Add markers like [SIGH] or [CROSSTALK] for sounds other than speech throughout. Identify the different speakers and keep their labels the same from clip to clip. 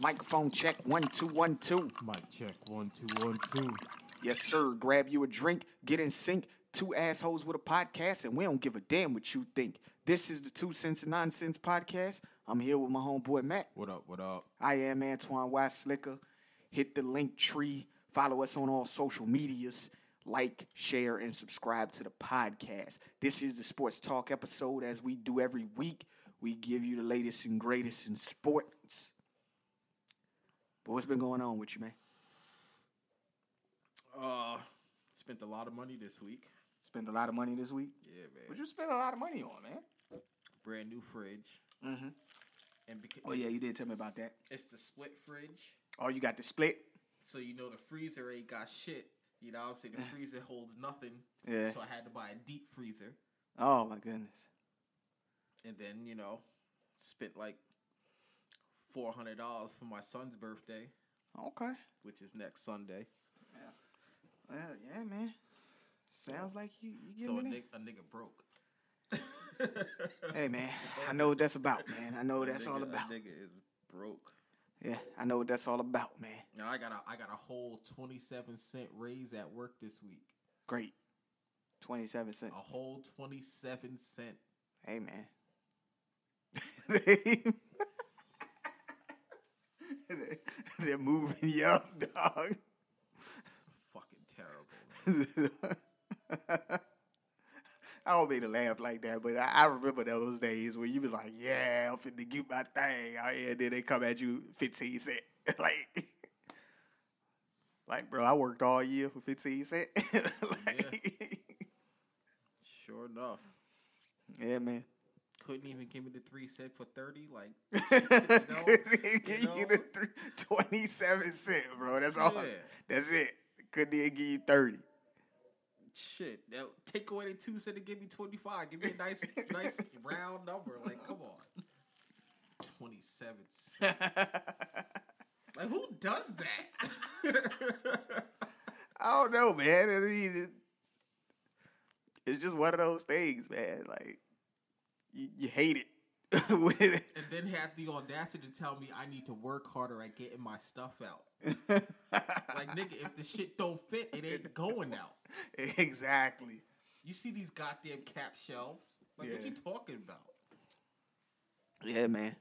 Speaker 1: Microphone check one two one two.
Speaker 2: Mic check one two one two.
Speaker 1: Yes, sir. Grab you a drink, get in sync. Two assholes with a podcast, and we don't give a damn what you think. This is the Two Cents and Nonsense podcast. I'm here with my homeboy Matt.
Speaker 2: What up? What up?
Speaker 1: I am Antoine Y. Slicker. Hit the link tree. Follow us on all social medias. Like, share, and subscribe to the podcast. This is the Sports Talk episode. As we do every week, we give you the latest and greatest in sports. But what's been going on with you, man?
Speaker 2: Uh, spent a lot of money this week.
Speaker 1: Spend a lot of money this week.
Speaker 2: Yeah, man.
Speaker 1: But you spend a lot of money on, man.
Speaker 2: Brand new fridge. Mm-hmm. And beca-
Speaker 1: Oh yeah, you did tell me about that.
Speaker 2: it's the split fridge,
Speaker 1: Oh, you got the split.
Speaker 2: so you know the freezer ain't got shit. You know, what I'm saying [LAUGHS] the freezer holds nothing.
Speaker 1: Yeah.
Speaker 2: So I had to buy a deep freezer,
Speaker 1: Oh my goodness.
Speaker 2: and then you know, spent like four hundred dollars for my son's birthday,
Speaker 1: Okay.
Speaker 2: which is next Sunday.
Speaker 1: Well, yeah, man. Sounds like you you
Speaker 2: so a,
Speaker 1: getting it.
Speaker 2: nig- a nigga broke.
Speaker 1: Hey man, I know what that's about, man. I know what that's
Speaker 2: nigga,
Speaker 1: all about.
Speaker 2: A nigga is broke.
Speaker 1: Yeah, I know what that's all about, man.
Speaker 2: And I got a I got a whole twenty seven cent raise at work this week.
Speaker 1: Great. Twenty seven cents.
Speaker 2: A [LAUGHS] whole twenty seven cent.
Speaker 1: Hey [LAUGHS] man. they, they're moving you up, dog.
Speaker 2: Fucking terrible. man.
Speaker 1: [LAUGHS] I don't mean to laugh like that, but I, I remember those days where you was like, "Yeah, I'm finna get my thing out here," and then they come at you fifteen cent, [LAUGHS] like, like, bro, I worked all year for fifteen cent. [LAUGHS] like,
Speaker 2: Sure enough,
Speaker 1: yeah. man.
Speaker 2: couldn't even give me the three cent for thirty. Like,
Speaker 1: [LAUGHS] Couldn't give
Speaker 2: you
Speaker 1: you the three- twenty-seven cent, bro. That's all.
Speaker 2: Yeah.
Speaker 1: That's it. Couldn't even give you thirty.
Speaker 2: shit. Now, take away the two cent and give me twenty five. Give me a [LAUGHS] nice, nice round number. Like, come on. Twenty seven cent. [LAUGHS] Like, who does [LAUGHS] that?
Speaker 1: I don't know, man. I mean, it- it's just one of those things, man. Like you, you hate it. [LAUGHS] When-
Speaker 2: and then have the audacity to tell me I need to work harder at getting my stuff out. Like, nigga, if the shit don't fit, it [LAUGHS] ain't going out.
Speaker 1: [LAUGHS] exactly.
Speaker 2: You see these goddamn cap shelves? Like, what
Speaker 1: Yeah.
Speaker 2: you talking about?
Speaker 1: Yeah, man.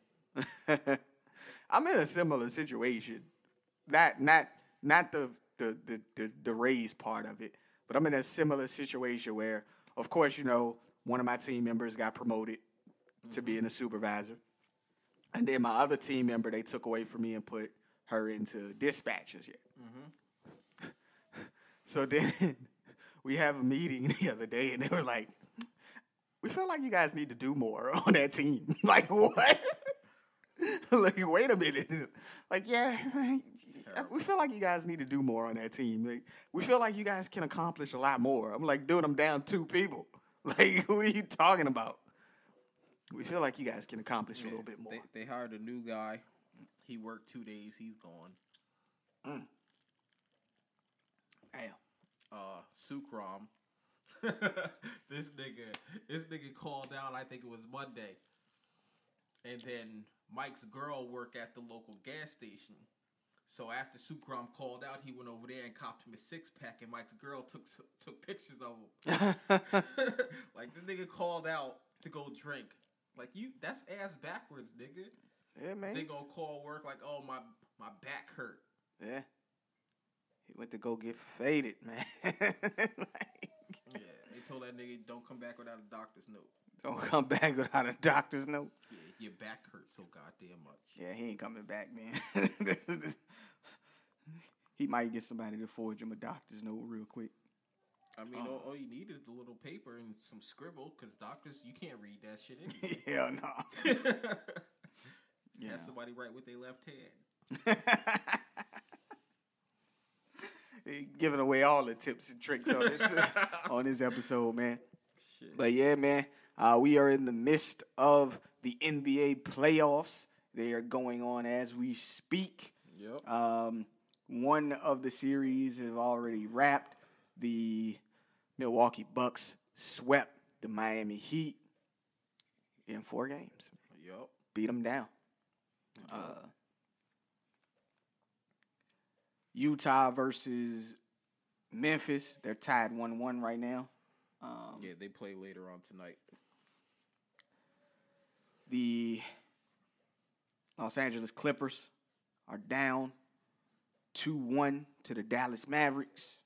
Speaker 1: [LAUGHS] I'm in a similar situation. Not not not the the, the the the raise part of it, but I'm in a similar situation where, of course, you know, one of my team members got promoted to being a supervisor, and then my other team member they took away from me and put her into dispatchers. Yet, so then [LAUGHS] we have a meeting [LAUGHS] the other day, and they were like, we feel like you guys need to do more [LAUGHS] on that team. like what? [LAUGHS] like wait a minute. Like yeah, we feel like you guys need to do more on that team. Like we feel like you guys can accomplish a lot more. I'm like, dude, I'm down two people. [LAUGHS] Like who are you talking about? We feel like you guys can accomplish a little bit more.
Speaker 2: They, they hired a new guy. He worked two days. He's gone.
Speaker 1: Damn.
Speaker 2: Uh, Sukram. [LAUGHS] this nigga, this nigga called out. I think it was Monday. And then Mike's girl work at the local gas station. So after Sukram called out, he went over there and copped him a six pack, and Mike's girl took took pictures of him. like this nigga called out to go drink. Like you, that's ass backwards, nigga.
Speaker 1: Yeah, man.
Speaker 2: They gonna call work like, oh my my back hurt.
Speaker 1: yeah. He went to go get faded, [LAUGHS] man. like,
Speaker 2: Yeah, they told that nigga don't come back without a doctor's note.
Speaker 1: don't come back without a doctor's note.
Speaker 2: Yeah, your back hurts so goddamn much.
Speaker 1: Yeah, he ain't coming back, man. [LAUGHS] he might get somebody to forge him a doctor's note real quick. [LAUGHS]
Speaker 2: I mean, all, all you need is the little paper and some scribble, cause doctors you can't read that shit. [LAUGHS] Anyway.
Speaker 1: Hell no.
Speaker 2: yeah,
Speaker 1: Yeah.
Speaker 2: somebody write with their left hand.
Speaker 1: [LAUGHS] He giving away all the tips and tricks on this on this episode, man.
Speaker 2: Shit.
Speaker 1: But yeah, man, uh, we are in the midst of the NBA playoffs. They are going on as we speak.
Speaker 2: Yep.
Speaker 1: Um, one of the series have already wrapped. The Milwaukee Bucks swept the Miami Heat in four games.
Speaker 2: yep.
Speaker 1: Beat them down. Uh, Utah versus Memphis. They're tied one one right now. Um,
Speaker 2: Yeah, they play later on tonight.
Speaker 1: the Los Angeles Clippers are down 2 1 to the Dallas Mavericks.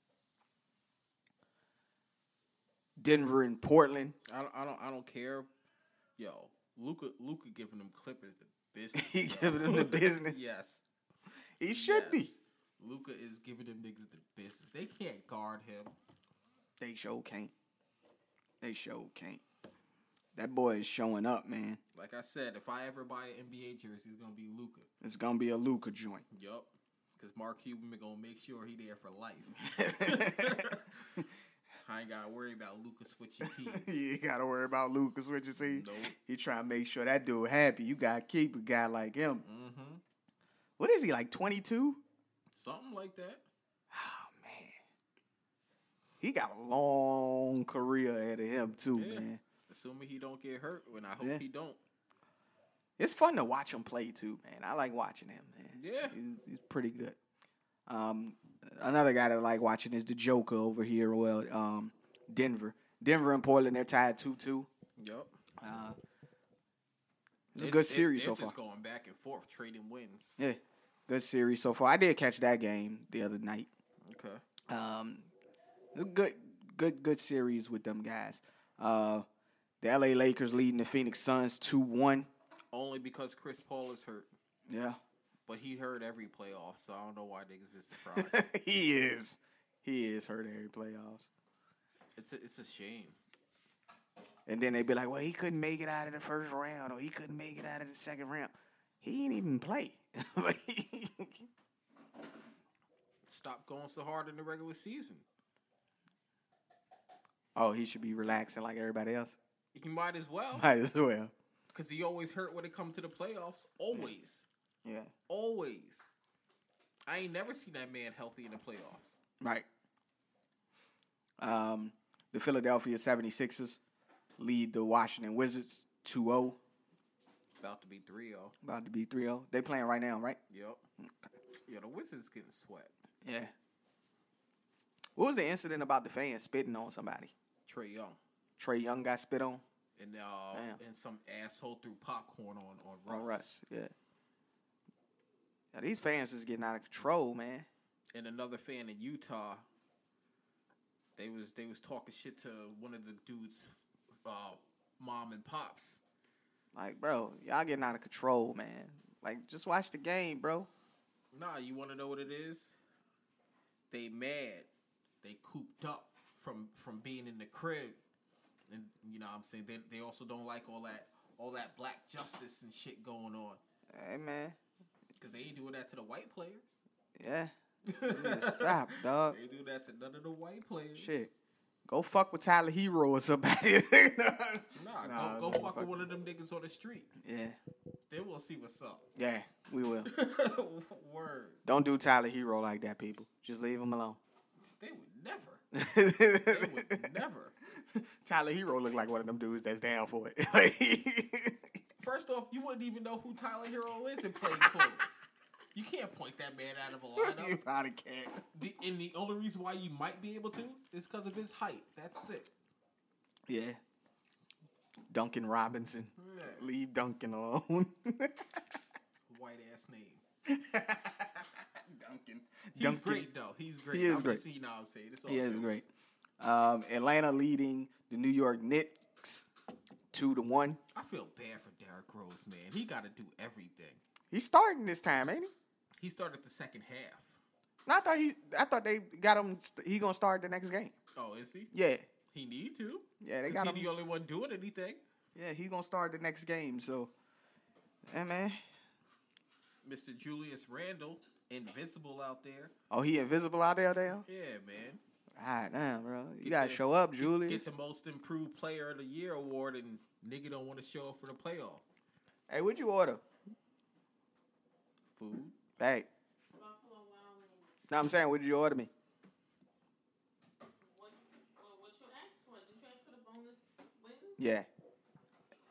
Speaker 1: Denver and Portland. [LAUGHS]
Speaker 2: I don't, I don't, I don't care. Yo, Luca, Luca giving them Clippers [LAUGHS] the business.
Speaker 1: He
Speaker 2: bro.
Speaker 1: giving
Speaker 2: [LAUGHS]
Speaker 1: them the business.
Speaker 2: yes,
Speaker 1: He should be.
Speaker 2: Luca is giving them niggas the business. They can't guard him.
Speaker 1: They show can't. They show can't. That boy is showing up, man.
Speaker 2: Like I said, if I ever buy an NBA jersey, it's gonna be Luca.
Speaker 1: It's gonna be a Luca joint. [LAUGHS]
Speaker 2: Yup. Cause Mark Cuban gonna make sure he there
Speaker 1: [LAUGHS]
Speaker 2: for life. [LAUGHS] I ain't gotta worry about Luca switching teams.
Speaker 1: you gotta worry about Lucas, what you see.
Speaker 2: Nope.
Speaker 1: He trying to make sure that dude happy. You gotta keep a guy like him.
Speaker 2: Mm-hmm.
Speaker 1: What is he like? Twenty two?
Speaker 2: Something like that.
Speaker 1: Oh man, he got a long career ahead of him too,
Speaker 2: Yeah.
Speaker 1: man.
Speaker 2: Assuming he don't get hurt, and I hope
Speaker 1: Yeah.
Speaker 2: he don't.
Speaker 1: It's fun to watch him play too, man. I like watching him, man.
Speaker 2: Yeah.
Speaker 1: he's, he's pretty good. Um, another guy that I like watching is the Joker over here. Well, um, Denver, Denver and Portland, they're tied two two.
Speaker 2: Yup.
Speaker 1: Uh, it's a
Speaker 2: They-
Speaker 1: good
Speaker 2: they-
Speaker 1: series
Speaker 2: they're
Speaker 1: so far.
Speaker 2: just going back and forth, trading wins.
Speaker 1: Yeah, good series so far. I did catch that game the other night.
Speaker 2: Okay.
Speaker 1: Um, it's a good, good, good series with them guys. Uh, the LA Lakers leading the Phoenix Suns two one.
Speaker 2: Only because Chris Paul is hurt,
Speaker 1: Yeah,
Speaker 2: but he hurt every playoff, so I don't know why niggas is
Speaker 1: [LAUGHS]
Speaker 2: surprised.
Speaker 1: [LAUGHS] he is, he is hurt every playoffs.
Speaker 2: it's a, it's a shame.
Speaker 1: And then they be like, well, he couldn't make it out of the first round, or he couldn't make it out of the second round. He ain't even play. [LAUGHS]
Speaker 2: Stop going so hard in the regular season.
Speaker 1: oh, he should be relaxing like everybody else. [LAUGHS]
Speaker 2: He might as well,
Speaker 1: Might as well.
Speaker 2: because he always hurt when it comes to the playoffs. Always,
Speaker 1: Yeah.
Speaker 2: always. I ain't never seen that man healthy in the playoffs.
Speaker 1: Right. Um, the Philadelphia 76ers lead the Washington Wizards oh. 2 0.
Speaker 2: About to be 3-0.
Speaker 1: About to be 3 0. They playing right now, right?
Speaker 2: Yep. Yeah, the Wizards getting swept.
Speaker 1: Yeah. What was the incident about the fan spitting on somebody?
Speaker 2: Trey Young.
Speaker 1: Trey Young got spit on?
Speaker 2: And uh,
Speaker 1: Damn.
Speaker 2: and some asshole threw popcorn on on Russ.
Speaker 1: On Russ. Yeah. Now, these fans is getting out of control, man.
Speaker 2: and another fan in Utah. They was they was talking shit to one of the dudes, uh, mom and pops.
Speaker 1: Like, bro, y'all getting out of control, man. Like, just watch the game, bro.
Speaker 2: Nah, you want to know what it is? They mad. They cooped up from from being in the crib, and you know what I'm saying they they also don't like all that all that black justice and shit going on
Speaker 1: Hey, man.
Speaker 2: because they ain't doing that to the white
Speaker 1: [LAUGHS]
Speaker 2: players.
Speaker 1: Yeah. need
Speaker 2: [LAUGHS]
Speaker 1: to stop, dog.
Speaker 2: They do that to none of the white players.
Speaker 1: Shit. Go fuck with Tyler Hero or somebody. [LAUGHS]
Speaker 2: Nah,
Speaker 1: Nah,
Speaker 2: go, go
Speaker 1: don't
Speaker 2: fuck
Speaker 1: fuck
Speaker 2: with one of them niggas on the street.
Speaker 1: yeah.
Speaker 2: Then we'll see
Speaker 1: [LAUGHS]
Speaker 2: what's up. [LAUGHS]
Speaker 1: Yeah, we will.
Speaker 2: Word.
Speaker 1: Don't do Tyler Hero like that, people. Just leave him alone.
Speaker 2: They would never.
Speaker 1: [LAUGHS]
Speaker 2: They would never.
Speaker 1: Tyler Hero look like one of them dudes that's down for [LAUGHS] it.
Speaker 2: First off, you wouldn't even know who Tyler Hero is in playing clothes. You can't point that man out of a
Speaker 1: you
Speaker 2: lineup.
Speaker 1: probably can't.
Speaker 2: The, and the only reason why you might be able to is because of his height. That's it.
Speaker 1: Yeah. Duncan Robinson.
Speaker 2: Yeah.
Speaker 1: Leave Duncan alone.
Speaker 2: White ass name.
Speaker 1: Duncan.
Speaker 2: He's
Speaker 1: Duncan.
Speaker 2: great though. He's great.
Speaker 1: He is
Speaker 2: I'm
Speaker 1: great.
Speaker 2: Just, you know what I'm saying. It's all
Speaker 1: He is
Speaker 2: jokes.
Speaker 1: great. Um, Atlanta leading the New York Knicks two to one.
Speaker 2: I feel bad for Derrick Rose, man. He got to do everything.
Speaker 1: He's starting this time, ain't he?
Speaker 2: He started the second half.
Speaker 1: No, I thought he. I thought they got him. st- He gonna start the next game.
Speaker 2: Oh, is he?
Speaker 1: Yeah,
Speaker 2: He need to.
Speaker 1: Yeah, they
Speaker 2: 'Cause
Speaker 1: got
Speaker 2: He
Speaker 1: him.
Speaker 2: the only one doing anything.
Speaker 1: yeah. He gonna start the next game. So, yeah, man.
Speaker 2: Mr. Julius Randle, invincible out there.
Speaker 1: Oh, he invisible out there, damn.
Speaker 2: Yeah, man.
Speaker 1: Ah, damn, bro. You
Speaker 2: Get
Speaker 1: gotta
Speaker 2: the-
Speaker 1: show up,
Speaker 2: get-
Speaker 1: Julius.
Speaker 2: Get the most improved player of the year award, and nigga don't want to show up for the playoff.
Speaker 1: Hey, what'd you order?
Speaker 2: Food.
Speaker 1: Hey,
Speaker 3: Buffalo Wild Wings.
Speaker 1: no, I'm saying, what'd you order me?
Speaker 3: What, what, what you asked for? Did you ask for the bonus wings?
Speaker 1: Yeah.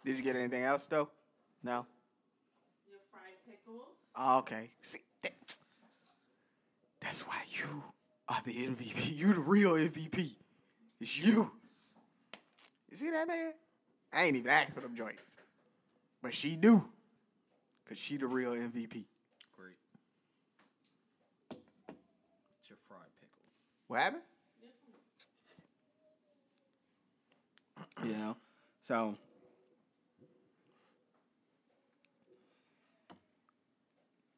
Speaker 1: Did you get anything else though? No.
Speaker 3: Your fried pickles?
Speaker 1: Oh, okay. See, that- That's why you are the MVP. [LAUGHS] You the real MVP. It's you. You see that man? I ain't even asked for them joints. But she knew. Cause she the real MVP.
Speaker 2: Great. It's your fried pickles.
Speaker 1: What happened? You know? [CLEARS THROAT] So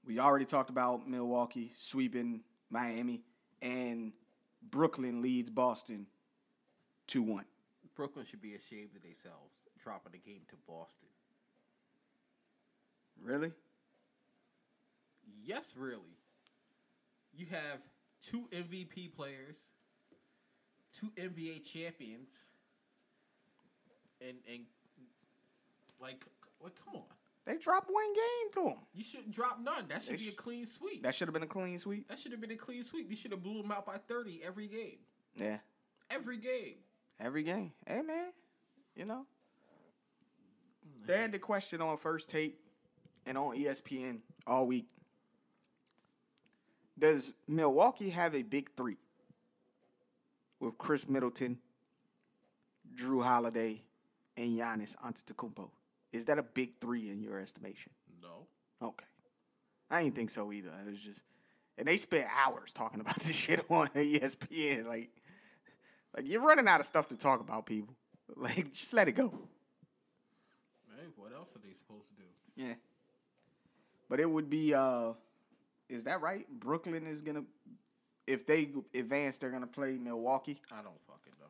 Speaker 1: we already talked about Milwaukee sweeping Miami and Brooklyn leads Boston 2 1.
Speaker 2: Brooklyn should be ashamed of themselves dropping the game to Boston.
Speaker 1: Really?
Speaker 2: Yes, really. You have two MVP players, two NBA champions, and and like like come on,
Speaker 1: They dropped one game to them.
Speaker 2: you shouldn't drop none. That should
Speaker 1: They
Speaker 2: be a
Speaker 1: sh-
Speaker 2: clean sweep.
Speaker 1: That should have been a clean sweep.
Speaker 2: That should have been a clean sweep. You should have blew them out by thirty every game.
Speaker 1: Yeah.
Speaker 2: Every game.
Speaker 1: Every game. Hey, man. You know? They had the question on first take and on E ESPN all week. Does Milwaukee have a big three with Chris Middleton, Drew Holiday, and Giannis Antetokounmpo? Is that a big three in your estimation?
Speaker 2: No.
Speaker 1: Okay. I didn't think so either. It was just, and they spent hours talking [LAUGHS] about this shit on E ESPN. Like, like you're running out of stuff to talk about, people. [LAUGHS] Like, just let it go.
Speaker 2: Hey, what else are they supposed to do?
Speaker 1: Yeah. But it would be, uh is that right? Brooklyn is gonna, if they advance, they're gonna play Milwaukee.
Speaker 2: I don't fucking know.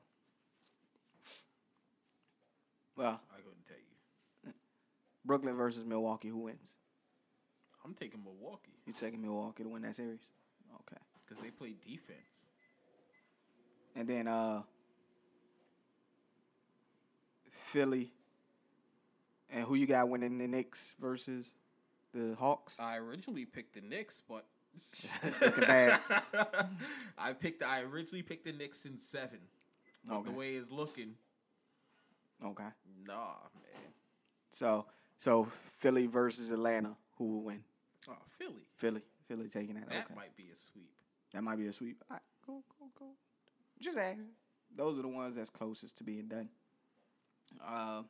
Speaker 1: Well,
Speaker 2: I couldn't tell you.
Speaker 1: Brooklyn versus Milwaukee, who wins?
Speaker 2: I'm taking Milwaukee
Speaker 1: You taking Milwaukee to win that series? Okay.
Speaker 2: because they play defense.
Speaker 1: And then uh Philly. And who you got winning the Knicks versus the Hawks?
Speaker 2: I originally picked the Knicks, but [LAUGHS]
Speaker 1: It's looking bad.
Speaker 2: I picked. I originally picked the Knicks in seven. But
Speaker 1: Okay.
Speaker 2: The way it's looking,
Speaker 1: Okay.
Speaker 2: nah, man.
Speaker 1: So so Philly versus Atlanta, who will win?
Speaker 2: Oh, Philly.
Speaker 1: Philly. Philly taking that.
Speaker 2: That
Speaker 1: okay.
Speaker 2: might be a sweep.
Speaker 1: That might be a sweep. All right, cool, cool, cool. Just asking. Those are the ones that's closest to being done. Uh,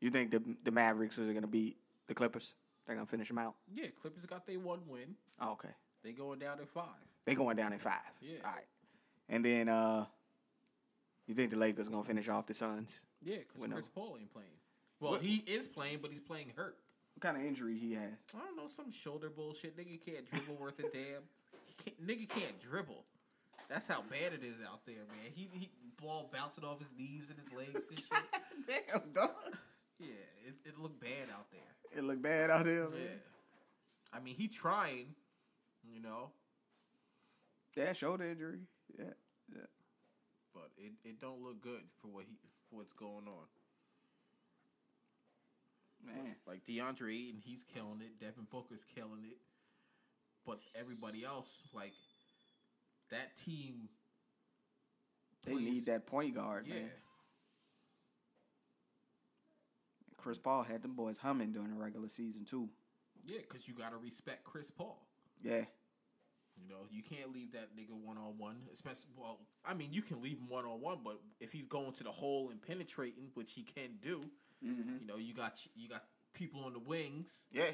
Speaker 1: you think the the Mavericks is going to beat the Clippers? They're going to finish them out.
Speaker 2: Yeah, Clippers got their one win.
Speaker 1: Oh, okay.
Speaker 2: They going down at five.
Speaker 1: They going down in five.
Speaker 2: Yeah.
Speaker 1: All right. And then uh you think the Lakers gonna finish off the Suns?
Speaker 2: Yeah, because
Speaker 1: Well, no.
Speaker 2: Chris Paul ain't playing. Well, he is playing, but he's playing hurt.
Speaker 1: What kind of injury he had?
Speaker 2: I don't know some shoulder bullshit. Nigga can't dribble worth a damn. He can't, nigga can't dribble. That's how bad it is out there, man. He he ball bouncing off his knees and his legs and shit.
Speaker 1: [LAUGHS] [LAUGHS] Damn, dog.
Speaker 2: Yeah, it, it looked bad out there.
Speaker 1: It looked bad out there.
Speaker 2: Yeah,
Speaker 1: man.
Speaker 2: I mean he trying, you know,
Speaker 1: Yeah, shoulder injury. Yeah.
Speaker 2: but it, it don't look good for what he for what's going on.
Speaker 1: Man.
Speaker 2: Like DeAndre Ayton, he's killing it. Devin Booker's killing it. But everybody else, like that team,
Speaker 1: They
Speaker 2: plays-
Speaker 1: need that point guard,
Speaker 2: Yeah,
Speaker 1: man. Chris Paul had them boys humming during the regular season too.
Speaker 2: yeah, because you gotta respect Chris Paul.
Speaker 1: Yeah.
Speaker 2: You know, you can't leave that nigga one on one. Especially, well, I mean, you can leave him one on one, but if he's going to the hole and penetrating, which he can do,
Speaker 1: Mm-hmm.
Speaker 2: you know, you got you got people on the wings,
Speaker 1: Yeah.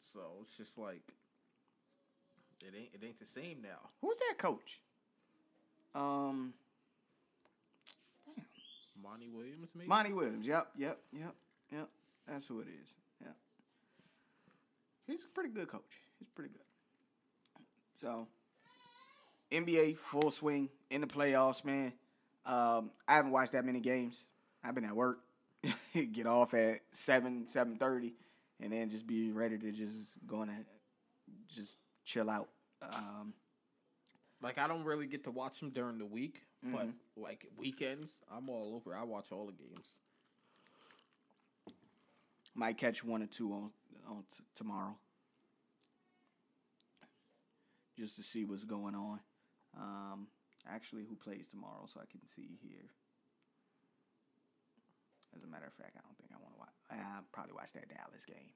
Speaker 2: so it's just like it ain't it ain't the same now.
Speaker 1: Who's that coach? Um
Speaker 2: Monty Williams, maybe.
Speaker 1: Monty Williams. Yep, yep, yep, yep. That's who it is. Yep. He's a pretty good coach. He's pretty good. So, NBA full swing in the playoffs, man. Um, I haven't watched that many games. I've been at work, [LAUGHS] get off at seven, seven thirty, and then just be ready to just go in and just chill out. Um,
Speaker 2: Like I don't really get to watch him during the week, but like weekends, I'm all over. I watch all the games.
Speaker 1: Might catch one or two on on t- tomorrow, just to see what's going on. Um, actually, who plays tomorrow? So I can see here. As a matter of fact, I don't think I want to watch. I probably watch that Dallas game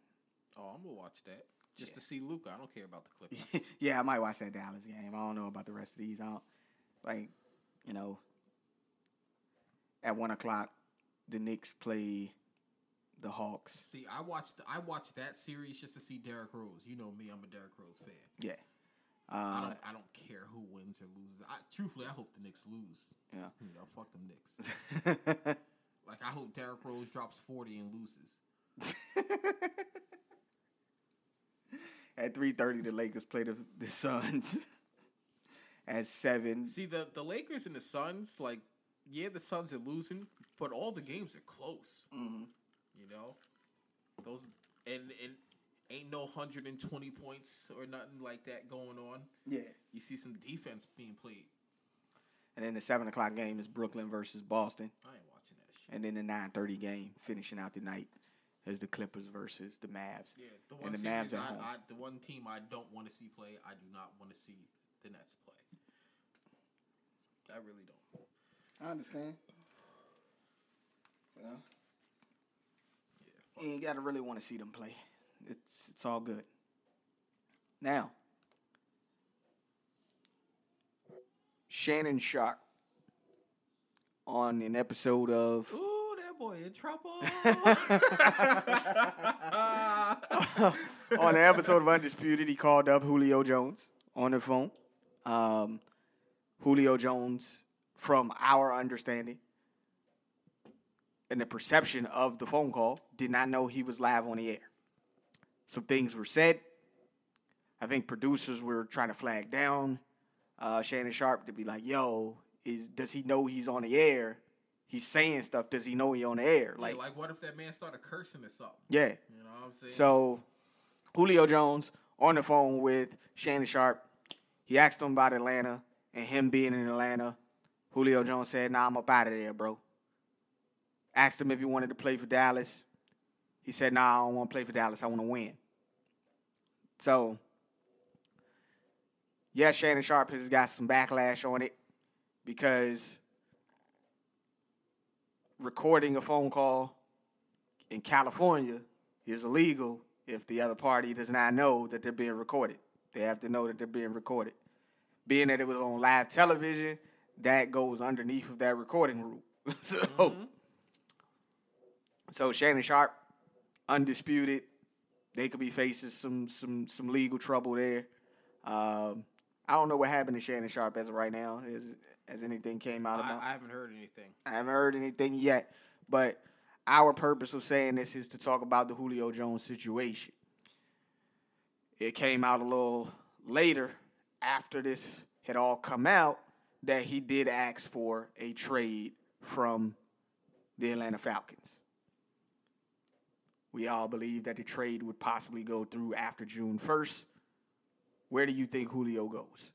Speaker 2: Oh, I'm gonna watch that. just to see Luca. I don't care about the Clippers.
Speaker 1: yeah, I might watch that Dallas game. I don't know about the rest of these. I don't like, you know, at one o'clock, the Knicks play the Hawks.
Speaker 2: [LAUGHS] See, I watched I watched that series just to see Derrick Rose. You know me, I'm a Derrick Rose fan.
Speaker 1: Yeah.
Speaker 2: I
Speaker 1: Uh,
Speaker 2: don't I don't care who wins or loses. I, truthfully, I hope the Knicks lose.
Speaker 1: Yeah.
Speaker 2: You know, fuck them Knicks.
Speaker 1: Uh, [LAUGHS]
Speaker 2: like I hope Derrick Rose drops forty and loses.
Speaker 1: [LAUGHS] at three thirty, the Lakers play the, the Suns. [LAUGHS] at seven,
Speaker 2: See the the Lakers and the Suns, like yeah, the Suns are losing, but all the games are close.
Speaker 1: Mm-hmm.
Speaker 2: You know, those and and ain't no hundred and twenty points or nothing like that going on.
Speaker 1: yeah,
Speaker 2: You see some defense being played.
Speaker 1: and then the seven o'clock game is Brooklyn versus Boston,
Speaker 2: I ain't watching that shit.
Speaker 1: and then the nine thirty game finishing out the night is the Clippers versus the Mavs.
Speaker 2: Yeah, the
Speaker 1: And
Speaker 2: one
Speaker 1: the
Speaker 2: series
Speaker 1: Mavs at
Speaker 2: I,
Speaker 1: home.
Speaker 2: I, the one team I don't want to see play, I do not want to see the Nets play. I really don't.
Speaker 1: I understand. You know,
Speaker 2: Yeah.
Speaker 1: you ain't gotta really want to see them play. It's it's all good. Now, Shannon Sharp on an episode of
Speaker 2: Ooh, that boy in trouble.
Speaker 1: [LAUGHS] on an episode of Undisputed, he called up Julio Jones on the phone. Um, Julio Jones, from our understanding and the perception of the phone call, did not know he was live on the air. Some things were said. I think producers were trying to flag down uh, Shannon Sharp to be like, "Yo, is does he know he's on the air? He's saying stuff. Does he know he on the air?
Speaker 2: like, like, what if that man started cursing or something?
Speaker 1: yeah,
Speaker 2: You know what I'm saying?
Speaker 1: so Julio Jones on the phone with Shannon Sharp. He asked him about Atlanta and him being in Atlanta. Julio Jones said, Nah, I'm up out of there, bro. Asked him if he wanted to play for Dallas. He said, Nah, I don't want to play for Dallas. I want to win. So, yeah, Shannon Sharp has got some backlash on it because recording a phone call in California is illegal if the other party does not know that they're being recorded. They have to know that they're being recorded. Being that it was on live television, that goes underneath of that recording rule. [LAUGHS] so, so Shannon Sharp, undisputed, they could be facing some some some legal trouble there. Um, I don't know what happened to Shannon Sharp as of right now. Has has anything came out about?
Speaker 2: I, I haven't heard anything.
Speaker 1: I haven't heard anything yet, but our purpose of saying this is to talk about the Julio Jones situation. It came out a little later after this had all come out that he did ask for a trade from the Atlanta Falcons. We all believe that the trade would possibly go through after June 1st. Where do you think Julio goes?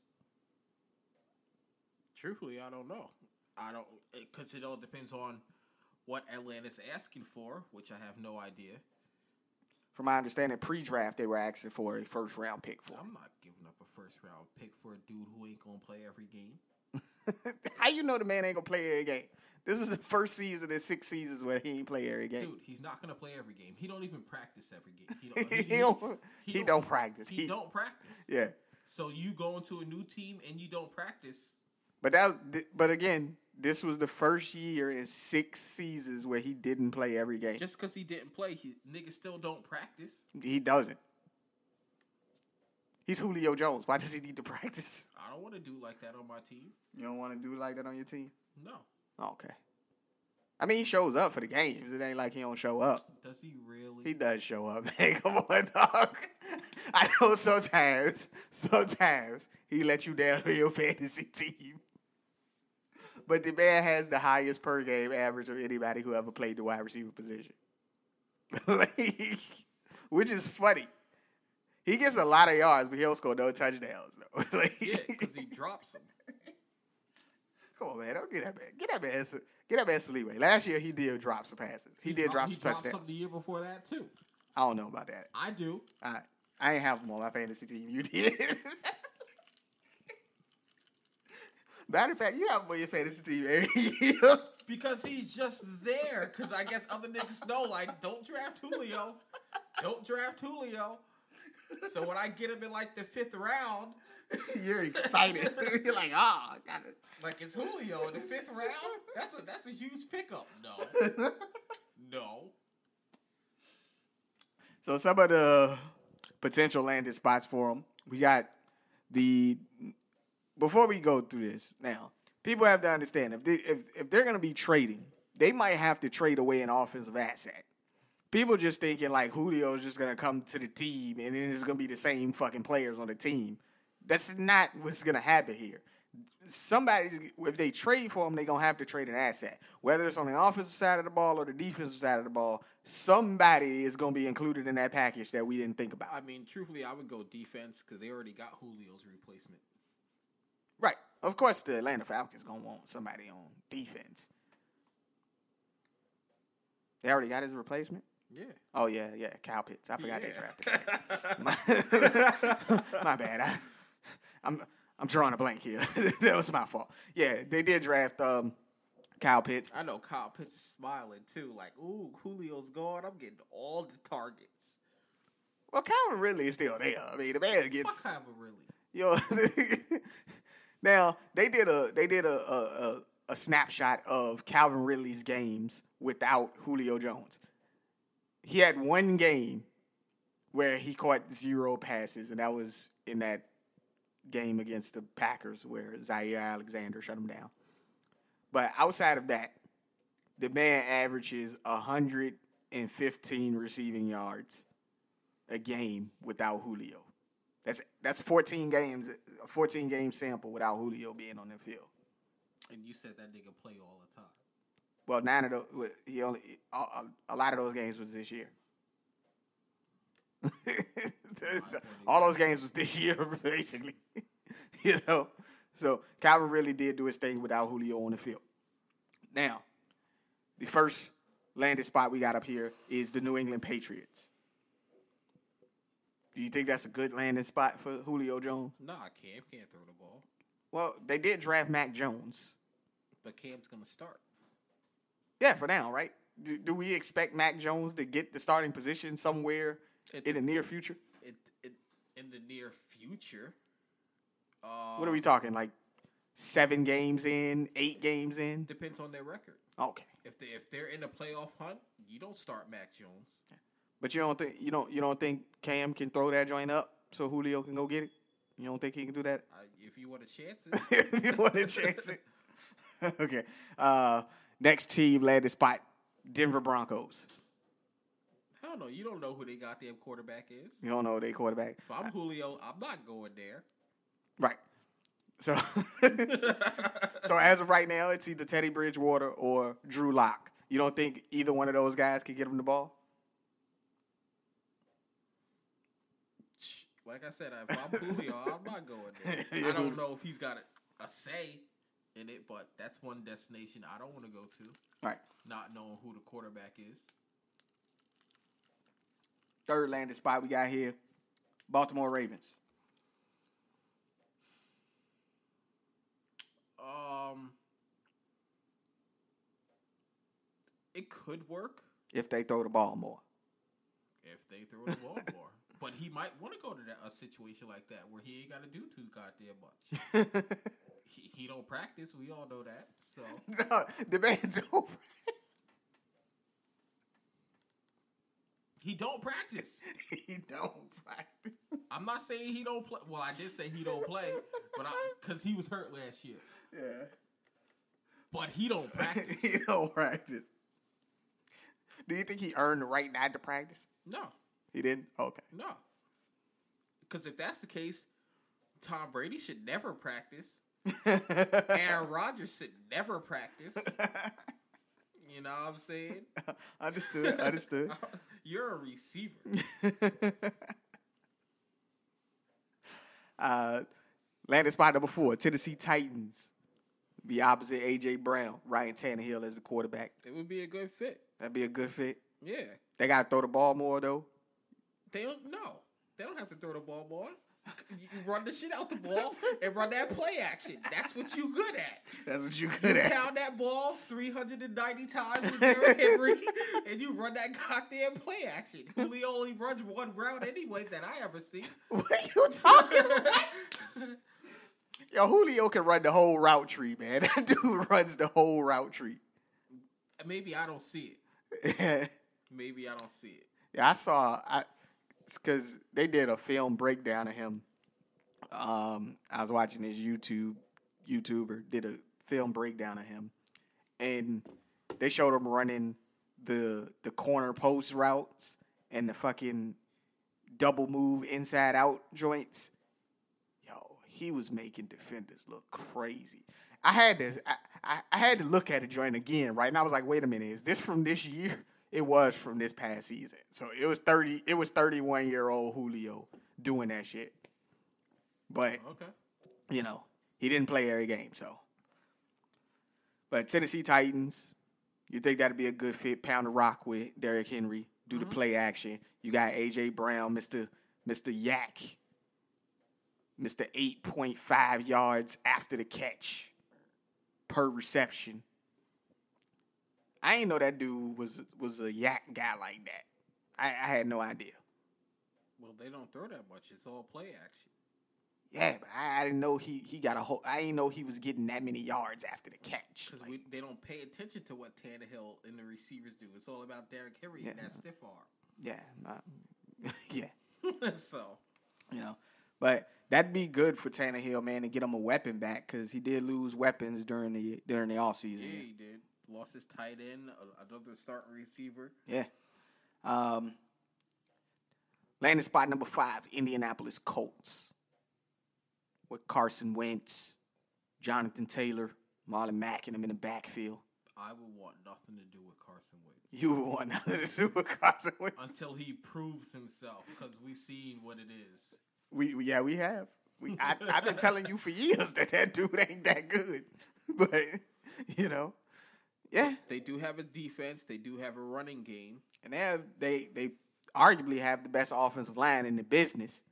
Speaker 2: Truthfully, I don't know. I don't because it all depends on what Atlanta's asking for, which I have no idea.
Speaker 1: From my understanding, pre draft, they were asking for a first round pick for him.
Speaker 2: I'm not giving up a first round pick for a dude who ain't gonna play every game.
Speaker 1: [LAUGHS] How you know the man ain't gonna play every game? This is the first season in six seasons where he ain't play every game.
Speaker 2: Dude, he's not gonna play every game. He don't even practice every game.
Speaker 1: [LAUGHS]
Speaker 2: He
Speaker 1: He don't- he don't practice.
Speaker 2: He,
Speaker 1: He-
Speaker 2: don't practice.
Speaker 1: Yeah,
Speaker 2: So you go into a new team and you don't practice.
Speaker 1: but that, was- th- but again, this was the first year in six seasons where he didn't play every game.
Speaker 2: Just because he didn't play, he, niggas still don't practice.
Speaker 1: he doesn't. He's Julio Jones. Why does he need to [LAUGHS] practice?
Speaker 2: I don't want to do like that on my team.
Speaker 1: You don't want to do like that on your team.
Speaker 2: No.
Speaker 1: okay. I mean, he shows up for the games. It ain't like he don't show up.
Speaker 2: Does he really?
Speaker 1: He does show up, [LAUGHS] man. Come on, dog. I know sometimes, sometimes he let you down on your fantasy team. But the man has the highest per game average of anybody who ever played the wide receiver position. [LAUGHS] like, which is funny. He gets a lot of yards, but he don't score no touchdowns though. [LAUGHS] like,
Speaker 2: yeah, because he drops them.
Speaker 1: come on, man, don't get that man. Get that man. Some, get that man some leeway. Last year he did drop some passes. He, did drop
Speaker 2: he
Speaker 1: some
Speaker 2: dropped some
Speaker 1: touchdowns.
Speaker 2: the year before that too.
Speaker 1: I don't know about that.
Speaker 2: I do.
Speaker 1: I I ain't have him on my fantasy team. You did. Matter of fact, you have him on your fantasy team every year.
Speaker 2: Because he's just there. Because I guess other niggas know, like, don't draft Julio. Don't draft Julio. so when I get him in like the fifth round,
Speaker 1: [LAUGHS] You're excited. [LAUGHS] You're like, ah, I got it.
Speaker 2: like it's Julio in the fifth round. That's a that's a huge pickup. No,
Speaker 1: [LAUGHS]
Speaker 2: no.
Speaker 1: So some of the potential landed spots for him, we got the. Before we go through this now, people have to understand if they, if if they're gonna be trading, they might have to trade away an offensive asset. People just thinking like Julio's just gonna come to the team and then it's gonna be the same fucking players on the team. That's not what's gonna happen here. Somebody's if they trade for him, they're gonna have to trade an asset. Whether it's on the offensive side of the ball or the defensive side of the ball, somebody is gonna be included in that package that we didn't think about.
Speaker 2: I mean, truthfully, I would go defense because they already got Julio's replacement.
Speaker 1: Right. Of course the Atlanta Falcons gonna want somebody on defense. They already got his replacement?
Speaker 2: Yeah.
Speaker 1: Oh yeah, yeah, Kyle Pitts. I forgot
Speaker 2: Yeah.
Speaker 1: they
Speaker 2: [LAUGHS]
Speaker 1: drafted. My, [LAUGHS] my bad. I, I'm I'm drawing a blank here. [LAUGHS] that was my fault. Yeah, they did draft um, Kyle Pitts.
Speaker 2: I know Kyle Pitts is smiling too, like, ooh, Julio's gone. I'm getting all the targets.
Speaker 1: Well, Calvin Ridley is still there. I mean, the man
Speaker 2: Fuck
Speaker 1: gets
Speaker 2: Kyler really.
Speaker 1: yo. [LAUGHS] now they did a they did a, a a a snapshot of Calvin Ridley's games without Julio Jones. He had one game where he caught zero passes, and that was in that game against the Packers where Zaire Alexander shut him down. But outside of that, the man averages 115 receiving yards a game without Julio. That's that's 14 games, a 14 game sample without Julio being on the field.
Speaker 2: And you said that nigga play all the time.
Speaker 1: Well, nine of those, he only a, a- a lot of those games was this year. [LAUGHS] All those games was this year, [LAUGHS] basically. you know, so Calvin really did do his thing without Julio on the field. Now, the first landing spot we got up here is the New England Patriots. Do you think that's a good landing spot for Julio Jones?
Speaker 2: Nah, Cam can't throw the ball,
Speaker 1: Well, they did draft Mac Jones.
Speaker 2: but Cam's gonna start.
Speaker 1: Yeah, for now, right? Do, do we expect Mac Jones to get the starting position somewhere
Speaker 2: It-
Speaker 1: in the near future?
Speaker 2: It, it in the near future.
Speaker 1: What are we talking? Like seven games in, eight games in?
Speaker 2: Depends on their record.
Speaker 1: Okay,
Speaker 2: If they if they're in a playoff hunt, you don't start Mac Jones.
Speaker 1: but you don't think you don't you don't think Cam can throw that joint up so Julio can go get it? You don't think he can do that? [LAUGHS]
Speaker 2: I, if you want a chance, it,
Speaker 1: if you want to chance it. [LAUGHS] okay. Uh, next team landed spot: Denver Broncos.
Speaker 2: I don't know. You don't know who they goddamn quarterback is.
Speaker 1: You don't know their quarterback,
Speaker 2: If I'm Julio, I'm not going there.
Speaker 1: right? So, [LAUGHS] so as of right now, it's either Teddy Bridgewater or Drew Lock. You don't think either one of those guys could get him the ball?
Speaker 2: Like I said, if I'm Julio, I'm not going there. I don't know if he's got a, a say in it, but that's one destination I don't want to go to,
Speaker 1: All right.
Speaker 2: not knowing who the quarterback is.
Speaker 1: Third landing spot we got here: Baltimore Ravens.
Speaker 2: Um, it could work
Speaker 1: If they throw the ball more,
Speaker 2: if they throw the ball more, but he might want to go to that, a situation like that where he ain't got to do too goddamn much. he, he don't practice. We all know that. So
Speaker 1: [LAUGHS] no, the man's over.
Speaker 2: he don't practice.
Speaker 1: [LAUGHS] he don't practice.
Speaker 2: I'm not saying he don't play. Well, I did say he don't play, but because he was hurt last year.
Speaker 1: [LAUGHS] Yeah.
Speaker 2: But he don't
Speaker 1: [LAUGHS]
Speaker 2: practice.
Speaker 1: he don't practice. Do you think he earned the right not to practice?
Speaker 2: No,
Speaker 1: He didn't. Okay.
Speaker 2: no. Because if that's the case, Tom Brady should never practice. Aaron Rodgers should never practice. You know what I'm saying?
Speaker 1: [LAUGHS]
Speaker 2: [LAUGHS]
Speaker 1: understood. Understood.
Speaker 2: You're a receiver.
Speaker 1: [LAUGHS] Uh, landing spot number four: Tennessee Titans. Be opposite AJ Brown, Ryan Tannehill as the quarterback.
Speaker 2: It would be a good fit.
Speaker 1: That'd be a good fit.
Speaker 2: Yeah.
Speaker 1: They gotta throw the ball more though.
Speaker 2: They don't. No, they don't have to throw the ball more. You run the shit out the
Speaker 1: [LAUGHS]
Speaker 2: ball and run that play action. That's what you good at.
Speaker 1: That's what you
Speaker 2: You
Speaker 1: good at. [LAUGHS]
Speaker 2: pound that ball 390 times with Derrick Henry, and you run that goddamn play action. Julio only runs one round anyway that I ever see.
Speaker 1: [LAUGHS] What are you talking Yo, Julio can run the whole route tree, man. [LAUGHS] That dude runs the whole route tree. [LAUGHS]
Speaker 2: Maybe I don't see it.
Speaker 1: yeah,
Speaker 2: Maybe I don't see it.
Speaker 1: I saw. I because they did a film breakdown of him. Um, I was watching this YouTube YouTuber did a film breakdown of him, and they showed him running the the corner post routes and the fucking double move inside out joints. Yo, he was making defenders look crazy. I had to I, I, I had to look at the joint again, right? And I was like, wait a minute, is this from this year? It was from this past season. So it was thirty it was thirty one year old Julio doing that shit. But
Speaker 2: Okay.
Speaker 1: you know, he didn't play every game, so. But Tennessee Titans, you think that'd be a good fit? Pound the rock with Derrick Henry, do the play action. You got AJ Brown, Mister Mister Yak, Mister eight point five yards after the catch per reception. I ain't know that dude was was a yak guy like that. I, I had no idea.
Speaker 2: Well, they don't throw that much. It's all play action.
Speaker 1: Yeah, but I, I didn't know he, he got a whole. I didn't know he was getting that many yards after the catch.
Speaker 2: Because
Speaker 1: Like,
Speaker 2: we they don't pay attention to what Tannehill and the receivers do. It's all about Derrick Henry and that stiff arm. [LAUGHS]
Speaker 1: yeah, not, [LAUGHS] yeah,
Speaker 2: so,
Speaker 1: you know. But that'd be good for Tannehill, man, to get him a weapon back because he did lose weapons during the during the off
Speaker 2: yeah,
Speaker 1: season.
Speaker 2: he did. Lost his tight end, a- another starting receiver.
Speaker 1: Yeah. Um, landing spot number five, Indianapolis Colts, with Carson Wentz, Jonathan Taylor, Marlon Mack, and him in the backfield.
Speaker 2: I would want nothing to do with Carson Wentz.
Speaker 1: You would want nothing to do with Carson Wentz.
Speaker 2: until he proves himself because we seen what it is.
Speaker 1: We we- yeah, we have. We I, I've been telling you for years that that dude ain't that good, [LAUGHS] but you know, yeah.
Speaker 2: They do have a defense. They do have a running game.
Speaker 1: And they have, they they arguably have the best offensive line in the business.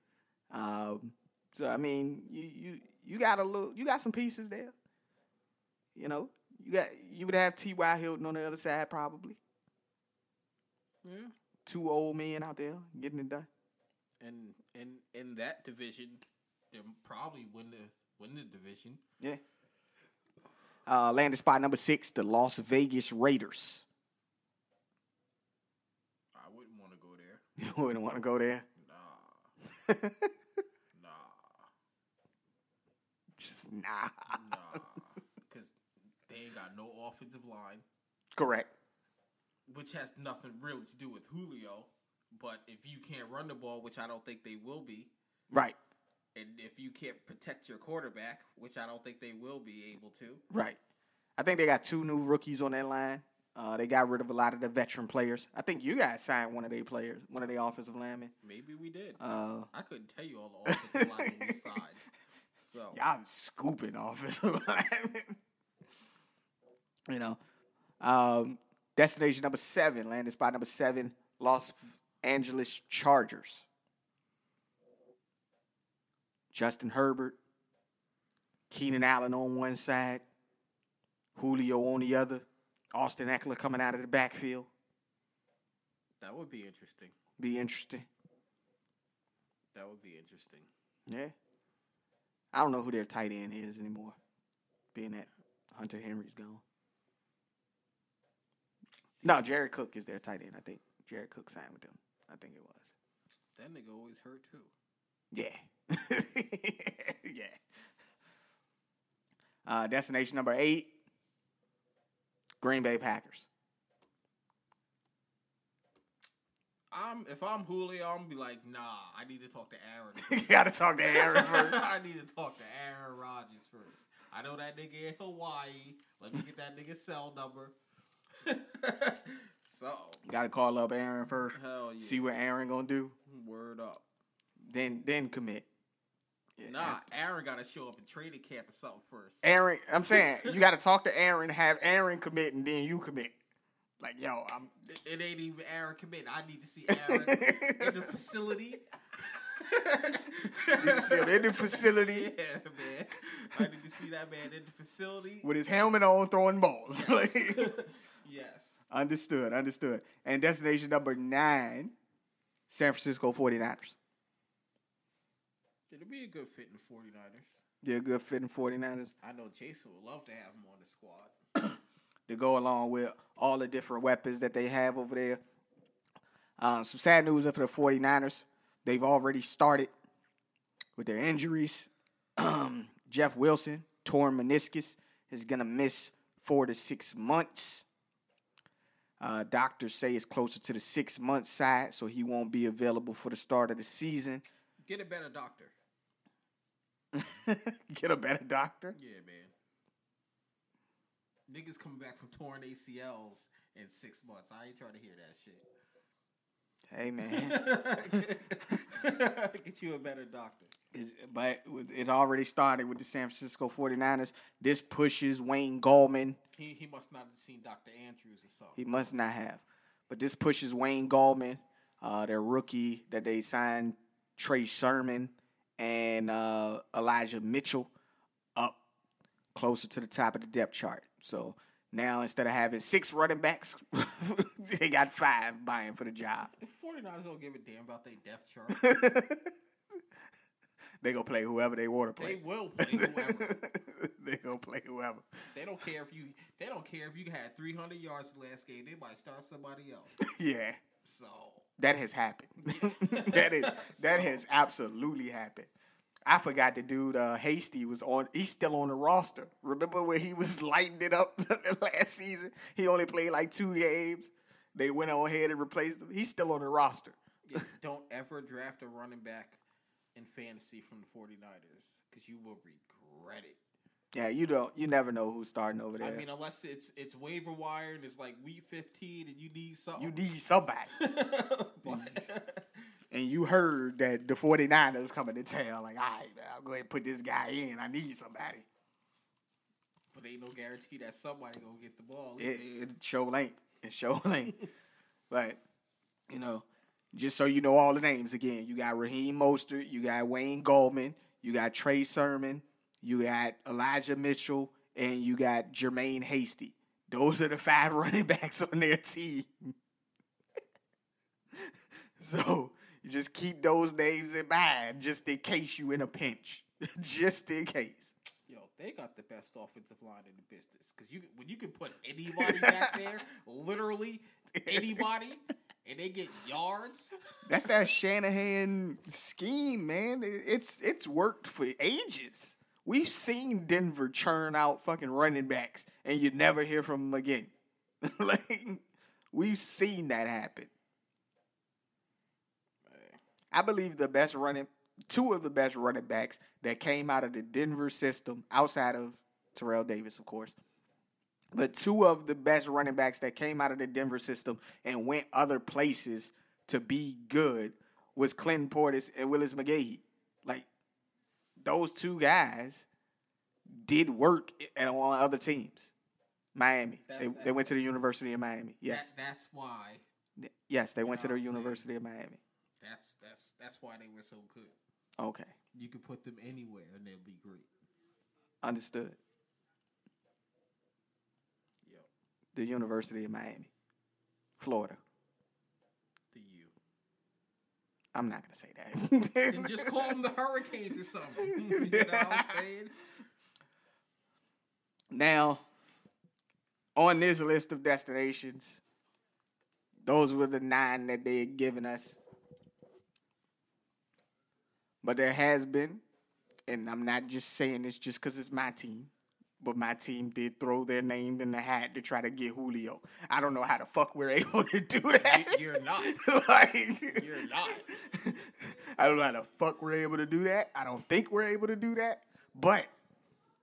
Speaker 1: Um, so I mean, you you you got a little, you got some pieces there. You know, you got you would have T. Y. Hilton on the other side probably.
Speaker 2: Yeah.
Speaker 1: Two old men out there getting it done.
Speaker 2: And and in that division, they probably win the win the division.
Speaker 1: Yeah. Uh, landing spot number six, the Las Vegas Raiders. [LAUGHS]
Speaker 2: I wouldn't want to go there.
Speaker 1: You wouldn't want to go there.
Speaker 2: Nah, nah,
Speaker 1: [LAUGHS] Just nah.
Speaker 2: nah. Because they ain't got no offensive line,
Speaker 1: Correct.
Speaker 2: which has nothing really to do with Julio. But if you can't run the ball, which I don't think they will be,
Speaker 1: Right.
Speaker 2: and if you can't protect your quarterback, which I don't think they will be able to,
Speaker 1: Right. I think they got two new rookies on that line. Uh, they got rid of a lot of the veteran players. I think you guys signed one of their players, one of their offensive linemen.
Speaker 2: Maybe we did.
Speaker 1: Uh,
Speaker 2: I couldn't tell you all the offensive linemen we signed. So
Speaker 1: y'all scooping offensive linemen. [LAUGHS] you know, um, destination number seven, landing spot number seven, Los Angeles Chargers. Justin Herbert, Keenan Allen on one side, Julio on the other, Austin Eckler coming out of the backfield.
Speaker 2: that would be interesting.
Speaker 1: Be interesting.
Speaker 2: That would be interesting.
Speaker 1: Yeah. I don't know who their tight end is anymore, being that Hunter Henry's gone. No, Jared Cook is their tight end. I think Jared Cook signed with them. I think it was.
Speaker 2: That nigga always hurt too.
Speaker 1: Yeah. [LAUGHS] yeah. Uh, destination number eight Green Bay Packers. [LAUGHS]
Speaker 2: I'm if I'm Julio, I'm gonna be like, nah, I need to talk to Aaron.
Speaker 1: you got to talk to
Speaker 2: [LAUGHS]
Speaker 1: Aaron
Speaker 2: first.
Speaker 1: first.
Speaker 2: I need to talk to Aaron Rodgers first. I know that nigga in Hawaii. Let me get that nigga cell number. [LAUGHS] so
Speaker 1: got to call up Aaron first.
Speaker 2: hell yeah.
Speaker 1: See what Aaron going to do.
Speaker 2: Word up.
Speaker 1: Then then commit. Yeah,
Speaker 2: Nah, Aaron gotta show up in training camp or something first.
Speaker 1: Aaron, I'm saying you got to talk to Aaron, have Aaron commit, and then you commit. Like, yo, I'm [LAUGHS]
Speaker 2: It- It ain't even Aaron committing. I need to see Aaron in the facility.
Speaker 1: He's still in the facility
Speaker 2: [LAUGHS] Yeah, man. I need to see that man in the facility.
Speaker 1: with his helmet on, throwing balls. [LAUGHS] Like-
Speaker 2: [LAUGHS] Yes.
Speaker 1: Understood, understood. And destination number nine, San Francisco 49ers.
Speaker 2: It'll be a good fit in the 49ers.
Speaker 1: They're a good fitting 49ers
Speaker 2: I know Jason would love to have him on the squad.
Speaker 1: to go along with all the different weapons that they have over there. Um, some sad news for the 49ers. They've already started with their injuries. [CLEARS THROAT] Um, Jeff Wilson, torn meniscus, is going to miss four to six months. Uh, doctors say it's closer to the six month side, so he won't be available for the start of the [LAUGHS] season.
Speaker 2: Get a better doctor.
Speaker 1: Get a better doctor.
Speaker 2: Yeah, man. Niggas coming back from torn ACLs in six months. I ain't trying to hear that
Speaker 1: Hey man,
Speaker 2: shit. [LAUGHS] Get you a better doctor.
Speaker 1: It's- but it already started with the San Francisco 49ers. This pushes Wayne Gallman.
Speaker 2: He he must not have seen Dr. Andrews or something.
Speaker 1: He must not have. But this pushes Wayne Gallman, uh, their rookie that they signed, Trey Sermon and uh, Elijah Mitchell up closer to the top of the depth chart. So now instead of having six running backs, [LAUGHS] they got five buying for the job. [LAUGHS]
Speaker 2: The 49ers don't give a damn about their depth chart.
Speaker 1: They gonna play whoever they want to
Speaker 2: [LAUGHS] they
Speaker 1: play.
Speaker 2: will play whoever.
Speaker 1: [LAUGHS] they gonna play whoever.
Speaker 2: They don't care if you they don't care if you had 300 yards the last game. They might start somebody else.
Speaker 1: Yeah,
Speaker 2: So,
Speaker 1: that has happened. [LAUGHS] that is that has absolutely happened. I forgot the dude uh, Hasty was on. He's still on the roster. Remember when he was [LAUGHS] lighting it up last season? He only played like two games. They went on ahead and replaced him. He's still on the roster.
Speaker 2: yeah, don't ever draft a running back in fantasy from the 49ers cuz you will regret it.
Speaker 1: Yeah, you don't. You never know who's starting over there.
Speaker 2: I mean, unless it's it's waiver wire and it's like week 15 and you need [LAUGHS]
Speaker 1: you
Speaker 2: something.
Speaker 1: need Mm-hmm. somebody.
Speaker 2: But-
Speaker 1: and you heard that the 49ers coming to town, like, all right, man, I'll go ahead and put this guy in. I need somebody.
Speaker 2: [LAUGHS] But ain't no guarantee that somebody gonna get the ball.
Speaker 1: It, it show ain't. It show [LAUGHS] ain't. but, you know, just so you know all the names again, you got Raheem Mostert, you got Wayne Goldman, you got Trey Sermon, you got Elijah Mitchell, and you got Jermaine Hasty. Those are the five [LAUGHS] running backs on their team. [LAUGHS] So you just keep those names in mind just in case you in a pinch. [LAUGHS] just in case.
Speaker 2: Yo, they got the best offensive line in the business because you when you can put anybody
Speaker 1: [LAUGHS]
Speaker 2: back there, literally anybody, and they get yards.
Speaker 1: That's that Shanahan scheme, man. It- It's it's worked for ages. We've seen Denver churn out fucking running backs and you never hear from them again. [LAUGHS] like we've seen that happen. I believe the best running two of the best running backs that came out of the Denver system, outside of Terrell Davis, of course. But two of the best running backs that came out of the Denver system and went other places to be good was Clinton Portis and Willis McGahee. Like those two guys did work at, on other teams. Miami.
Speaker 2: That-
Speaker 1: they,
Speaker 2: that-
Speaker 1: they went to the University of Miami. Yes.
Speaker 2: That, that's why.
Speaker 1: yes, they went to the
Speaker 2: what I'm saying?
Speaker 1: University of Miami.
Speaker 2: That's that's that's why they were so good.
Speaker 1: Okay.
Speaker 2: You could put them anywhere and they'll be great.
Speaker 1: Understood.
Speaker 2: Yo,
Speaker 1: the University of Miami, Florida.
Speaker 2: the U.
Speaker 1: I'm not gonna say that.
Speaker 2: [LAUGHS] And just call them the Hurricanes or something. [LAUGHS] you know what I'm saying?
Speaker 1: now, on this list of destinations, those were the nine that they had given us. But there has been, and I'm not just saying this just because it's my team, but my team did throw their name in the hat to try to get Julio. I don't know how the fuck we're [LAUGHS] able to do that.
Speaker 2: You're not.
Speaker 1: [LAUGHS] like,
Speaker 2: You're not.
Speaker 1: [LAUGHS] I don't know how the fuck we're able to do that. I don't think we're able to do that. But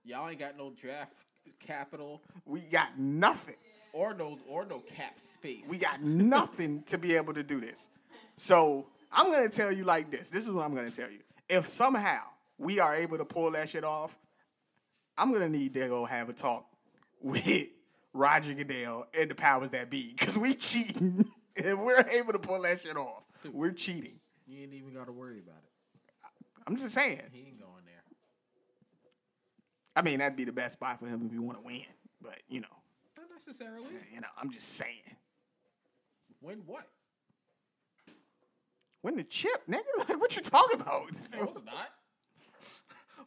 Speaker 2: Y'all ain't got no draft capital
Speaker 1: we got nothing.
Speaker 2: or no or no cap space.
Speaker 1: We got nothing to be able to do this. So I'm gonna tell you like this. This is what I'm gonna tell you. If somehow we are able to pull that shit off, I'm gonna need to go have a talk with Roger Goodell and the powers that be, because we [LAUGHS] cheating. if we're able to pull that shit off, we're cheating.
Speaker 2: You ain't even got to worry about it.
Speaker 1: I'm just saying.
Speaker 2: He ain't going there.
Speaker 1: I mean, that'd be the best spot for him if you want to win. But you know,
Speaker 2: Not necessarily.
Speaker 1: you know, I'm just saying.
Speaker 2: When
Speaker 1: [LAUGHS]
Speaker 2: what?
Speaker 1: Win the chip, nigga. [LAUGHS] Like, what you talking about?
Speaker 2: No, it's not.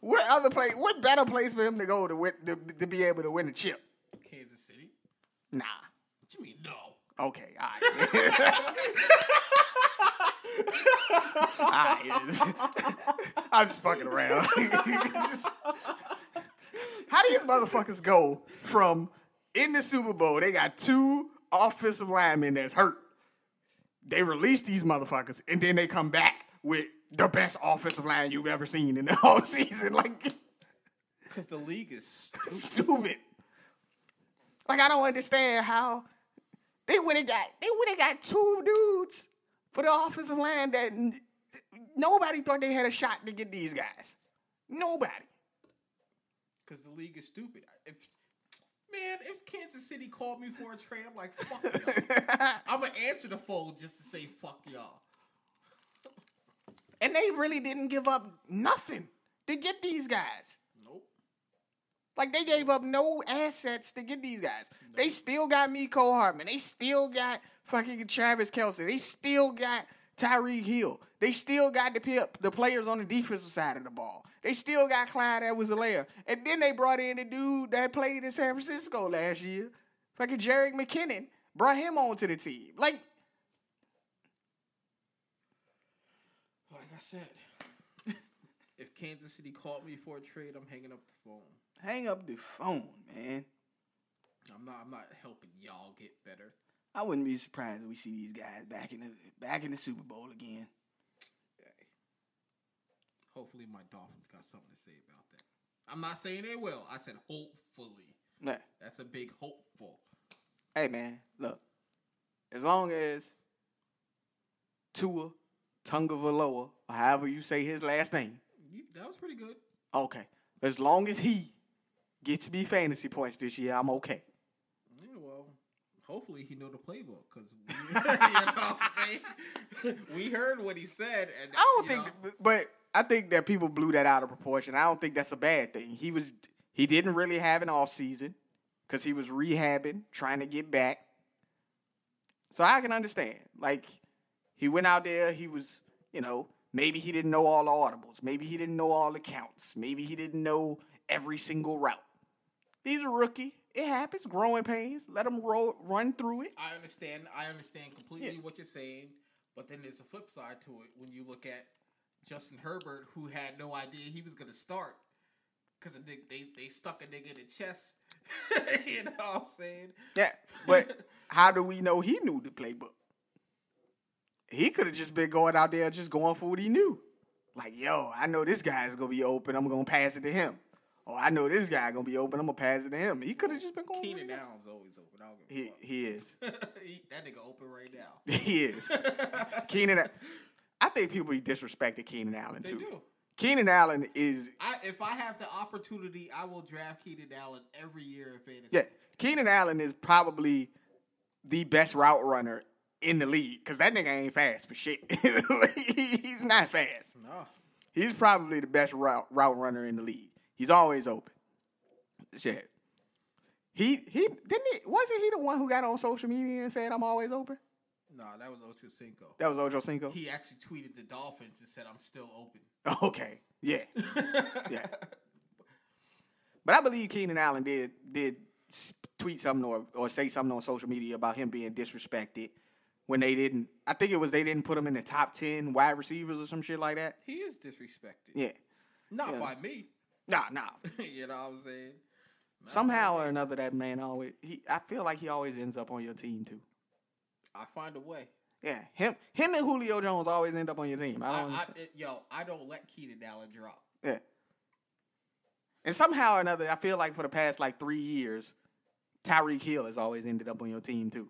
Speaker 1: what other place? What better place for him to go to win, to, to be able to win the chip?
Speaker 2: Kansas City.
Speaker 1: Nah.
Speaker 2: What you mean no?
Speaker 1: Okay. All right. [LAUGHS] all right. I'm just fucking around. [LAUGHS] Just- how do these motherfuckers go from in the Super Bowl? They got two offensive linemen that's hurt. They release these motherfuckers, and then they come back with the best offensive line you've ever seen in the [LAUGHS] whole season. Like.
Speaker 2: Because the league is stupid.
Speaker 1: stupid. Like I don't understand how they went and got they went and got two dudes for the offensive line that n- nobody thought they had a shot to get these guys. Nobody.
Speaker 2: Because the league is stupid. If man, if Kansas City called me for a trade, I'm like, fuck y'all.
Speaker 1: [LAUGHS]
Speaker 2: I'm gonna answer the phone just to say fuck y'all.
Speaker 1: And they really didn't give up nothing to get these guys.
Speaker 2: Nope.
Speaker 1: Like they gave up no assets to get these guys. They still got Miko Hartman. They still got fucking Travis Kelsey. They still got Tyreek Hill. They still got the pip, the players on the defensive side of the ball. They still got Clyde edwards alaire And then they brought in the dude that played in San Francisco last year. Fucking Jarek McKinnon brought him onto the team. Like,
Speaker 2: Like I said, [LAUGHS] if Kansas City called me for a trade, I'm hanging up the phone.
Speaker 1: hang up the phone, man.
Speaker 2: I'm not. I'm not helping y'all get better.
Speaker 1: I wouldn't be surprised if we see these guys back in the back in the Super Bowl again.
Speaker 2: Hopefully, my Dolphins got something to say about that. I'm not saying they will. I said hopefully.
Speaker 1: Nah.
Speaker 2: That's a big hopeful.
Speaker 1: Hey man, look. As long as Tua Tungavaloa, or however you say his last name,
Speaker 2: You, that was pretty good.
Speaker 1: okay. As long as he gets me fantasy points this year, I'm okay.
Speaker 2: Yeah, well, hopefully he know the playbook because [LAUGHS] you know what I'm saying. we heard what he said, and
Speaker 1: I don't
Speaker 2: you
Speaker 1: think,
Speaker 2: know,
Speaker 1: but I think that people blew that out of proportion. I don't think that's a bad thing. He was he didn't really have an off season because he was rehabbing, trying to get back. So I can understand. Like he went out there, he was you know maybe he didn't know all the audibles, maybe he didn't know all the counts, maybe he didn't know every single route. He's a rookie. It happens. Growing pains. Let him roll, run through it.
Speaker 2: I understand. I understand completely
Speaker 1: Yeah.
Speaker 2: what you're saying, but then there's a flip side to it when you look at Justin Herbert, who had no idea he was gonna start because they, they they stuck a nigga in the chest. [LAUGHS] you know what I'm saying?
Speaker 1: Yeah, but how do we know he knew the playbook? He could have just been going out there just going for what he knew. Like, yo, I know this guy's gonna be open. I'm gonna pass it to him. Or I know this guy gonna be open. I'm gonna pass it to him. He could have just been going. for
Speaker 2: Keenan
Speaker 1: what
Speaker 2: Allen's always open. I don't
Speaker 1: He,
Speaker 2: give
Speaker 1: he he is. [LAUGHS]
Speaker 2: a fuck. [LAUGHS] He- that nigga open right now.
Speaker 1: He is. Keenan. Al- I think people disrespected Keenan Allen
Speaker 2: [LAUGHS] They
Speaker 1: too.
Speaker 2: do.
Speaker 1: Keenan Allen is
Speaker 2: I, if I have the opportunity, I will draft Keenan Allen every year in fantasy.
Speaker 1: yeah. Keenan Allen is probably the best route runner in the league because that nigga ain't fast for shit. [LAUGHS] He's not fast.
Speaker 2: No.
Speaker 1: He's probably the best route, route runner in the league. He's always open. Shit. He he didn't he, wasn't he the one who got on social media and said I'm always open?
Speaker 2: No, that was Ocho Cinco.
Speaker 1: That was Ojo Cinco.
Speaker 2: He actually tweeted the Dolphins and said, I'm still open.
Speaker 1: [LAUGHS] okay. Yeah. yeah. [LAUGHS] But I believe Keenan Allen did did s- tweet something or, or say something on social media about him being disrespected when they didn't I think it was they didn't put him in the top 10 wide receivers or some shit like that.
Speaker 2: He is disrespected.
Speaker 1: Yeah.
Speaker 2: Not
Speaker 1: Yeah.
Speaker 2: by me. [LAUGHS]
Speaker 1: Nah, nah.
Speaker 2: you know what I'm saying?
Speaker 1: Somehow or another, that man always he. I feel like he always ends up on your team too.
Speaker 2: I find a way.
Speaker 1: Yeah, him, him and Julio Jones always end up on your team. I
Speaker 2: I,
Speaker 1: don't.
Speaker 2: I,
Speaker 1: understand.
Speaker 2: it- yo, I don't let Keenan Allen drop.
Speaker 1: yeah. And somehow or another, I feel like for the past like three years, Tyreek Hill has always ended up on your team too.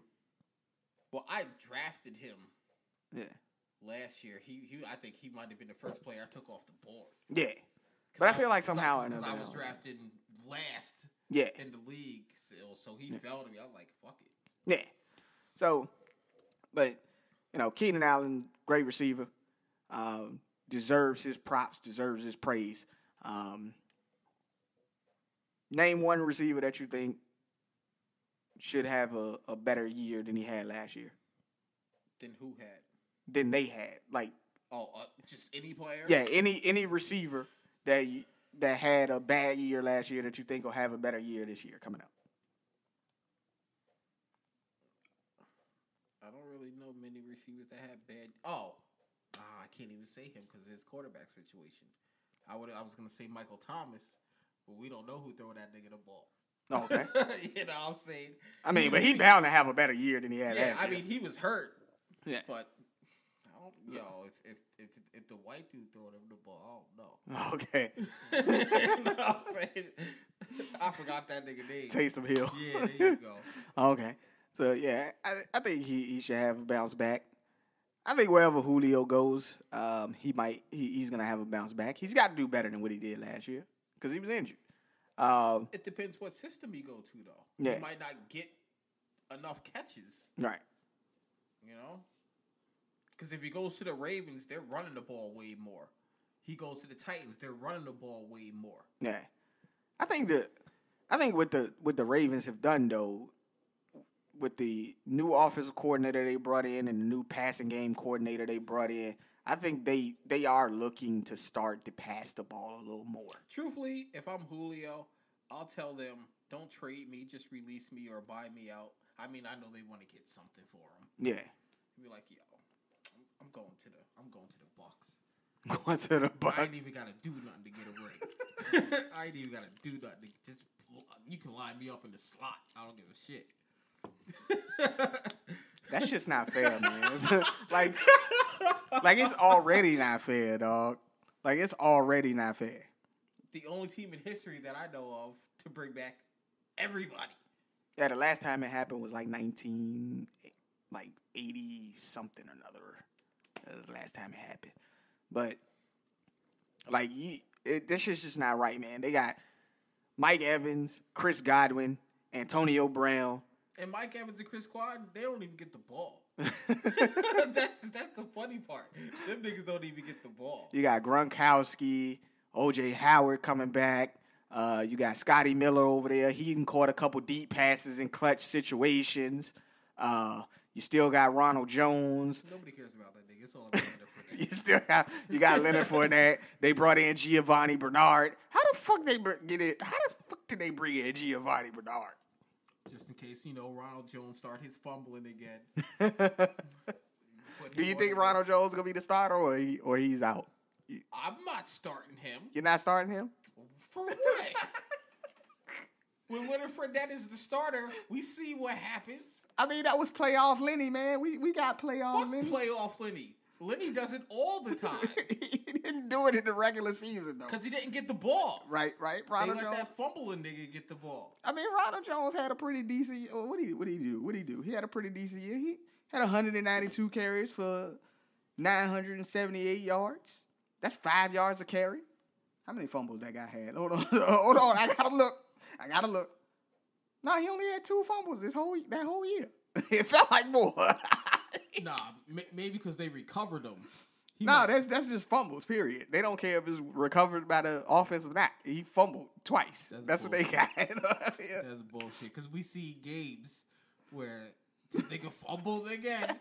Speaker 2: Well, I drafted him
Speaker 1: Yeah,
Speaker 2: last year. He, he I think he might have been the first player I took off the board.
Speaker 1: yeah. But I feel like
Speaker 2: 'Cause I-
Speaker 1: somehow or
Speaker 2: 'cause
Speaker 1: another,
Speaker 2: I was
Speaker 1: no.
Speaker 2: drafted last
Speaker 1: yeah,
Speaker 2: in the league, so, so he fell to me. I'm like, fuck it.
Speaker 1: yeah. So, but you know, Keenan Allen, great receiver. Um, deserves his props, deserves his praise. Um, name one receiver that you think should have a, a better year than he had last year,
Speaker 2: Then who had?
Speaker 1: than they had. Like,
Speaker 2: Oh, uh, just any player?
Speaker 1: yeah, any any receiver that you, that had a bad year last year that you think will have a better year this year coming up.
Speaker 2: I don't really know many receivers that had bad. Oh, ah, I can't even say him because his quarterback situation. I would. I was gonna say Michael Thomas, but we don't know who throwing that nigga the ball.
Speaker 1: Oh, okay.
Speaker 2: [LAUGHS] you know what I'm saying?
Speaker 1: I mean,
Speaker 2: [LAUGHS]
Speaker 1: but he bound to have a better year than he had
Speaker 2: Yeah,
Speaker 1: last
Speaker 2: I
Speaker 1: year.
Speaker 2: mean he was hurt,
Speaker 1: yeah.
Speaker 2: but I don't. Yo, if if if if the white dude throwing him the ball, I don't
Speaker 1: [LAUGHS]
Speaker 2: know.
Speaker 1: Okay. [LAUGHS]
Speaker 2: you know what I'm saying? I forgot that nigga name.
Speaker 1: Taysom Hill.
Speaker 2: yeah, there you go.
Speaker 1: [LAUGHS] Okay. So yeah, I, I think he, he should have a bounce back. I think wherever Julio goes, um, he might he, he's gonna have a bounce back. He's got to do better than what he did last year because he was injured. Um,
Speaker 2: It depends what system you go to, though.
Speaker 1: Yeah.
Speaker 2: You might not get enough catches.
Speaker 1: right.
Speaker 2: You know? Because if he goes to the Ravens, they're running the ball way more. He goes to the Titans, they're running the ball way more.
Speaker 1: Yeah. I think the I think what the what the Ravens have done though, with the new offensive coordinator they brought in and the new passing game coordinator they brought in, I think they they are looking to start to pass the ball a little more.
Speaker 2: Truthfully, if I'm Julio, I'll tell them, don't trade me, just release me or buy me out. I mean, I know they want to get something for him.
Speaker 1: Yeah. [LAUGHS]
Speaker 2: He'd be like, yo, I'm- I'm going to the I'm going to the Bucks.
Speaker 1: Going to the
Speaker 2: I
Speaker 1: buck.
Speaker 2: ain't even gotta do nothing to get a ring. [LAUGHS] I ain't even gotta do nothing. To just you can line me up in the slot. I don't give a shit.
Speaker 1: That's just not fair, man. It's- [LAUGHS] like, like it's already not fair, dog. Like it's already not fair.
Speaker 2: the only team in history that I know of to bring back everybody.
Speaker 1: Yeah, the last time it happened was like nineteen, like eighty something or another. That was the last time it happened. But like, you, it, this shit's just not right, man. They got Mike Evans, Chris Godwin, Antonio Brown. [LAUGHS]
Speaker 2: And Mike Evans and Chris Quad, they don't even get the ball. that's that's the funny part. Them niggas don't even get the ball.
Speaker 1: You got Gronkowski, OJ Howard coming back. Uh, you got Scotty Miller over there. He even caught a couple deep passes in clutch situations. Uh, you still got Ronald Jones.
Speaker 2: Nobody cares about that nigga. It's all about Leonard
Speaker 1: [LAUGHS]
Speaker 2: Fournette.
Speaker 1: You still got you got Leonard Fournette. They brought in Giovanni Bernard. How the fuck they br- get it? How the fuck did they bring in Giovanni Bernard?
Speaker 2: Just in case you know Ronald Jones start his fumbling again.
Speaker 1: [LAUGHS]
Speaker 2: Put
Speaker 1: Do
Speaker 2: him
Speaker 1: you
Speaker 2: on
Speaker 1: think
Speaker 2: the-
Speaker 1: Ronald Jones gonna be the starter or he, or he's out?
Speaker 2: I'm not starting him
Speaker 1: You're not starting him.
Speaker 2: for what? when Leonard Fournette is the starter, we see what happens.
Speaker 1: I mean, that was playoff Lenny, man. We we got playoff
Speaker 2: Fuck
Speaker 1: Lenny.
Speaker 2: playoff Lenny. Lenny does it all the time
Speaker 1: [LAUGHS] he didn't do it in the regular season though.
Speaker 2: because he didn't get the ball.
Speaker 1: Right, right.
Speaker 2: They
Speaker 1: Ronald
Speaker 2: let
Speaker 1: Jones.
Speaker 2: that fumbling nigga get the ball.
Speaker 1: I mean, Ronald Jones had a pretty decent. oh, What did he? What did he do? What did he do? He had a pretty decent year. He had 192 carries for 978 yards. That's five yards a carry. How many fumbles that guy had? Hold on, [LAUGHS] hold on. I gotta look. I gotta look. No, he only had two fumbles this whole that whole year. [LAUGHS] it felt like more.
Speaker 2: [LAUGHS]
Speaker 1: [LAUGHS]
Speaker 2: Nah, ma- maybe because they recovered him. He
Speaker 1: no,
Speaker 2: might-
Speaker 1: that's that's just fumbles. Period. They don't care if it's recovered by the offense or not. He fumbled twice. That's,
Speaker 2: That's
Speaker 1: what they got. [LAUGHS] Yeah.
Speaker 2: that's bullshit. Because we see games where this nigga [LAUGHS] fumbled again.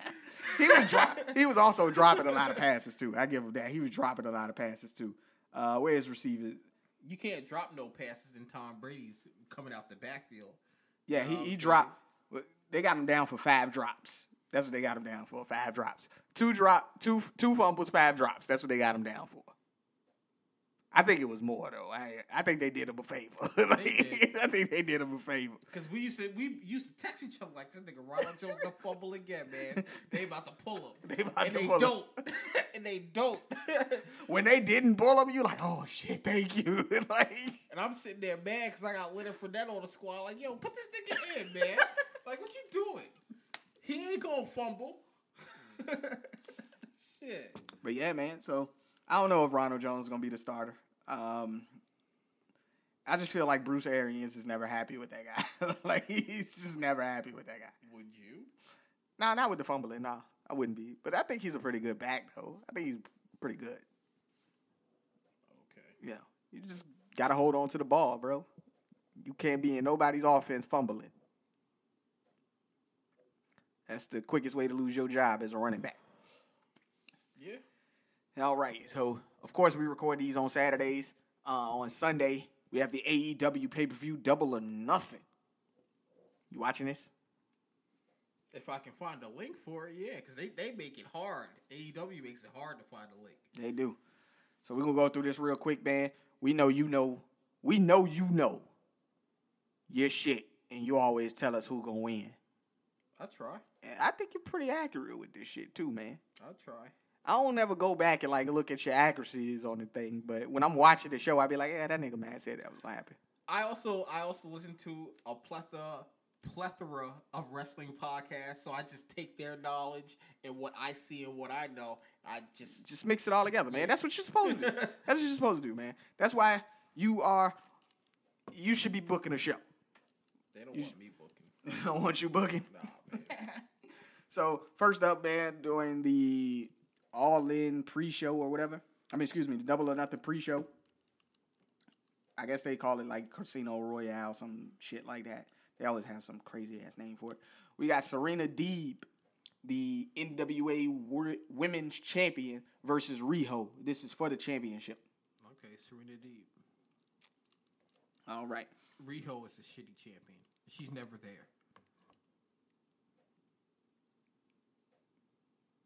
Speaker 1: he was dro- he was also dropping a lot of passes too. I give him that. He was dropping a lot of passes too. Uh, where is receiver?
Speaker 2: [LAUGHS] You can't drop no passes in Tom Brady's coming out the backfield.
Speaker 1: Yeah,
Speaker 2: You know what
Speaker 1: he, he
Speaker 2: Oh, I'm
Speaker 1: dropped. They got him down for five drops. That's what they got him down for. Five drops. Two drop. Two two fumbles. Five drops. That's what they got him down for. I think it was more though. I I think they did him a favor. [LAUGHS] Like,
Speaker 2: did.
Speaker 1: I think they did him a favor.
Speaker 2: Because we used to we used to text each other like this nigga
Speaker 1: [LAUGHS]
Speaker 2: Ronald Jones gonna fumble again, man. They about to pull him.
Speaker 1: They about
Speaker 2: and
Speaker 1: to
Speaker 2: they
Speaker 1: pull him.
Speaker 2: don't. [LAUGHS] and they don't. [LAUGHS]
Speaker 1: When they didn't pull him, you like, oh shit, thank you. [LAUGHS] like
Speaker 2: And I'm sitting there mad because I got Leonard Fournette on the squad. Like, yo, put this nigga in, [LAUGHS] man. like, what you doing? He ain't gonna fumble. [LAUGHS] Shit.
Speaker 1: But yeah, man. So I don't know if Ronald Jones is gonna be the starter. Um, I just feel like Bruce Arians is never happy with that guy. [LAUGHS] like he's just never happy with that guy.
Speaker 2: Would you?
Speaker 1: Nah, not with the fumbling. Nah, I wouldn't be. But I think he's a pretty good back though. I think he's pretty good. Yeah. You just gotta hold on to the ball, bro. You can't be in nobody's offense fumbling. That's the quickest way to lose your job as a running back.
Speaker 2: Yeah.
Speaker 1: All right. So, of course, we record these on Saturdays. Uh, on Sunday, we have the AEW pay per view Double or Nothing. You watching this?
Speaker 2: If I can find a link for it, yeah, because they, they make it hard. AEW makes it hard to find a link.
Speaker 1: They do. So we're gonna go through this real quick, man. We know you know. We know you know your shit, and you always tell us who gonna win.
Speaker 2: I try.
Speaker 1: And I think you're pretty accurate with this shit too, man.
Speaker 2: I try.
Speaker 1: I don't ever go back and like look at your accuracies on the thing, but when I'm watching the show, I be like, yeah, that nigga man said that was gonna happen.
Speaker 2: I also I also listen to a plethora plethora of wrestling podcasts, so I just take their knowledge and what I see and what I know. I just
Speaker 1: Just mix it all together, man. That's what you're supposed [LAUGHS] to do. That's what you're supposed to do, man. That's why you are. You should be booking a show. [LAUGHS]
Speaker 2: they don't want me booking.
Speaker 1: I don't want you booking.
Speaker 2: Nah, man.
Speaker 1: So first up, man, during the All In pre-show or whatever. I mean, excuse me, the Double or Nothing pre-show. I guess they call it like Casino Royale, some shit like that. They always have some crazy ass name for it. We got Serena Deeb, the NWA Wor- Women's Champion versus Riho. This is for the championship.
Speaker 2: Okay, Serena Deep.
Speaker 1: All right.
Speaker 2: Riho is a shitty champion. She's never there.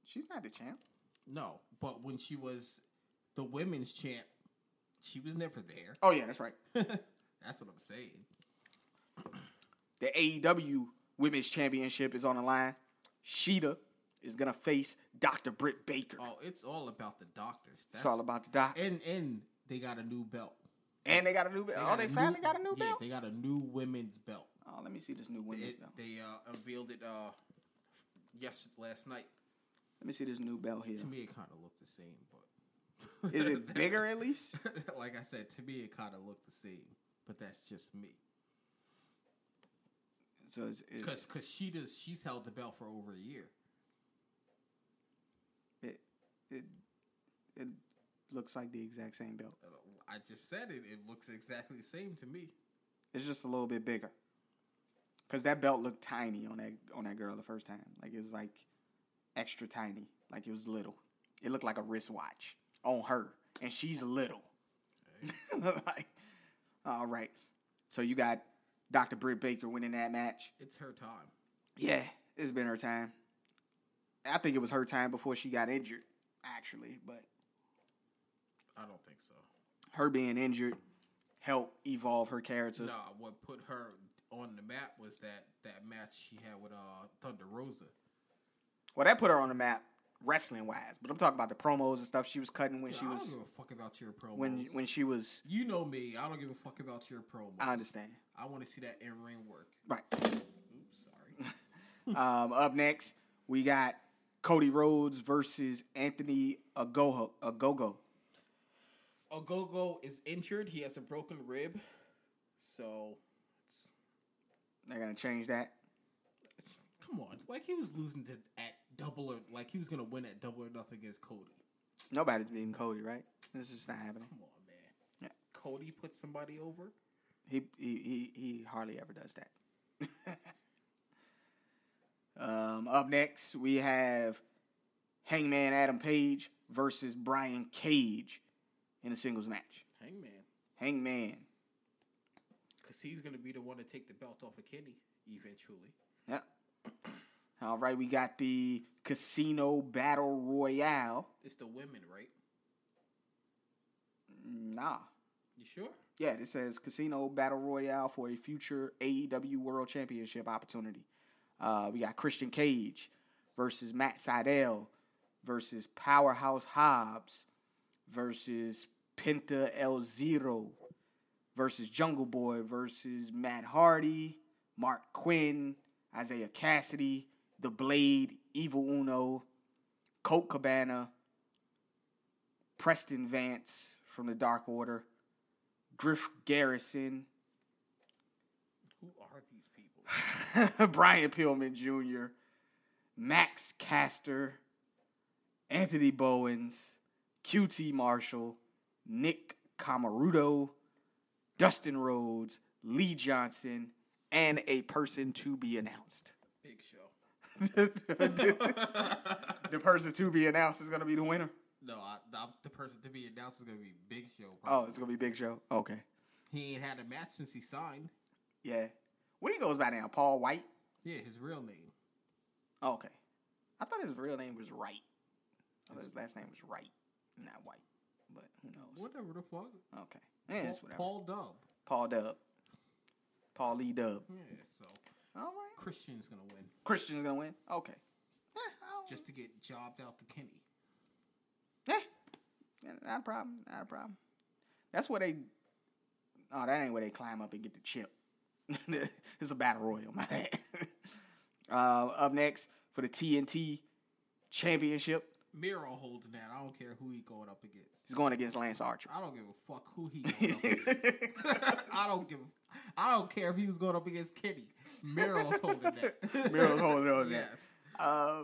Speaker 1: She's not the champ.
Speaker 2: No, but when she was the women's champ, she was never there. [LAUGHS]
Speaker 1: Oh yeah, that's right.
Speaker 2: That's what I'm saying.
Speaker 1: The AEW Women's Championship is on the line. Sheeta is gonna face Dr. Britt Baker.
Speaker 2: Oh, it's all about the doctors. That's
Speaker 1: It's all about the doc.
Speaker 2: and and they got a new belt.
Speaker 1: And they got a new belt. oh,
Speaker 2: got
Speaker 1: they
Speaker 2: a new-
Speaker 1: finally got a new
Speaker 2: yeah,
Speaker 1: belt.
Speaker 2: They got a new women's belt.
Speaker 1: oh, let me see this new
Speaker 2: [LAUGHS]
Speaker 1: women's
Speaker 2: It,
Speaker 1: belt.
Speaker 2: they uh, unveiled it uh yes last night.
Speaker 1: Let me see this new belt here.
Speaker 2: To me, it kind of looked the same, but [LAUGHS]
Speaker 1: Is it bigger at least?
Speaker 2: like I said, to me, it kind of looked the same, but that's just me.
Speaker 1: So it's, it's,
Speaker 2: Cause, cause she does. She's held the belt for over a year.
Speaker 1: it, it it looks like the exact same belt.
Speaker 2: Uh, I just said it. It looks exactly the same to me.
Speaker 1: It's just a little bit bigger. Cause that belt looked tiny on that on that girl the first time. Like it was like extra tiny. Like it was little. It looked like a wristwatch on her, and she's little. [LAUGHS] like, all right. So you got Dr. Britt Baker winning that match.
Speaker 2: It's her time.
Speaker 1: Yeah, it's been her time. I think it was her time before she got injured, actually. But
Speaker 2: I don't think so.
Speaker 1: her being injured helped evolve her character.
Speaker 2: Nah, what put her on the map was that that match she had with uh Thunder Rosa.
Speaker 1: Well, that put her on the map wrestling wise. But I'm talking about the promos and stuff she was cutting when she
Speaker 2: I
Speaker 1: was
Speaker 2: don't give a fuck about your promos.
Speaker 1: when when she was.
Speaker 2: you know me, I don't give a fuck about your promos.
Speaker 1: I understand.
Speaker 2: I want to see that in ring work. [LAUGHS]
Speaker 1: Right.
Speaker 2: Oops, sorry. [LAUGHS]
Speaker 1: um, up next, we got Cody Rhodes versus Anthony Agogo. Agogo.
Speaker 2: Ogogo is injured. He has a broken rib, so
Speaker 1: They're gonna change that.
Speaker 2: come on. Like he was losing to at double or like he was gonna win at double or nothing against Cody.
Speaker 1: Nobody's beating Cody, right? This is not happening.
Speaker 2: Come on, man.
Speaker 1: Yeah.
Speaker 2: Cody put somebody over.
Speaker 1: He he he, he hardly ever does that. [LAUGHS] um, up next, we have Hangman Adam Page versus Brian Cage in a singles match.
Speaker 2: Hangman,
Speaker 1: Hangman.
Speaker 2: because he's gonna be the one to take the belt off of Kenny eventually.
Speaker 1: Yep. All right, we got the Casino Battle Royale.
Speaker 2: It's the women, right?
Speaker 1: Nah.
Speaker 2: You sure?
Speaker 1: Yeah, it says Casino Battle Royale for a future AEW World Championship opportunity. Uh, we got Christian Cage versus Matt Seidel versus Powerhouse Hobbs versus Penta El Zero versus Jungle Boy versus Matt Hardy, Mark Quinn, Isaiah Cassidy, The Blade, Evil Uno, Colt Cabana, Preston Vance from the Dark Order. Griff Garrison, [LAUGHS]
Speaker 2: Who are these people?
Speaker 1: Brian Pillman Jr., Max Caster, Anthony Bowens, QT Marshall, Nick Camarudo, Dustin Rhodes, Lee Johnson, and a person to be announced. [LAUGHS]
Speaker 2: Big Show. [LAUGHS]
Speaker 1: the person to be announced is gonna be the winner.
Speaker 2: No, I, I, the person to be announced is gonna be Big Show.
Speaker 1: Oh,
Speaker 2: probably.
Speaker 1: it's gonna be Big Show. Okay,
Speaker 2: he ain't had a match since he signed.
Speaker 1: yeah. What he goes by now? Paul White.
Speaker 2: Yeah, his real name.
Speaker 1: Oh, okay, I thought his real name was Wright. I thought his last name was Wright, not White. But who knows?
Speaker 2: Whatever the fuck.
Speaker 1: Okay, yeah, it's
Speaker 2: Paul,
Speaker 1: whatever. Paul,
Speaker 2: Paul Dub.
Speaker 1: Dub, Paul Lee Dub.
Speaker 2: Yeah, so
Speaker 1: All right,
Speaker 2: Christian's gonna win
Speaker 1: Christian's gonna win. Okay, Eh, I don't-
Speaker 2: just to get jobbed out to Kenny.
Speaker 1: Yeah. Yeah, not a problem. Not a problem. That's where they. Oh, that ain't where they climb up and get the chip. [LAUGHS] it's a battle royal, my bad. [LAUGHS] uh, up next for the TNT championship,
Speaker 2: Miro holding that. I don't care who he going up against.
Speaker 1: he's going against Lance Archer.
Speaker 2: I don't give a fuck who he going
Speaker 1: [LAUGHS]
Speaker 2: up against. I don't give. a- I don't care if he was going up against Kenny. Miro's holding
Speaker 1: [LAUGHS]
Speaker 2: that.
Speaker 1: Miro's holding on to that.
Speaker 2: Yes.
Speaker 1: Uh,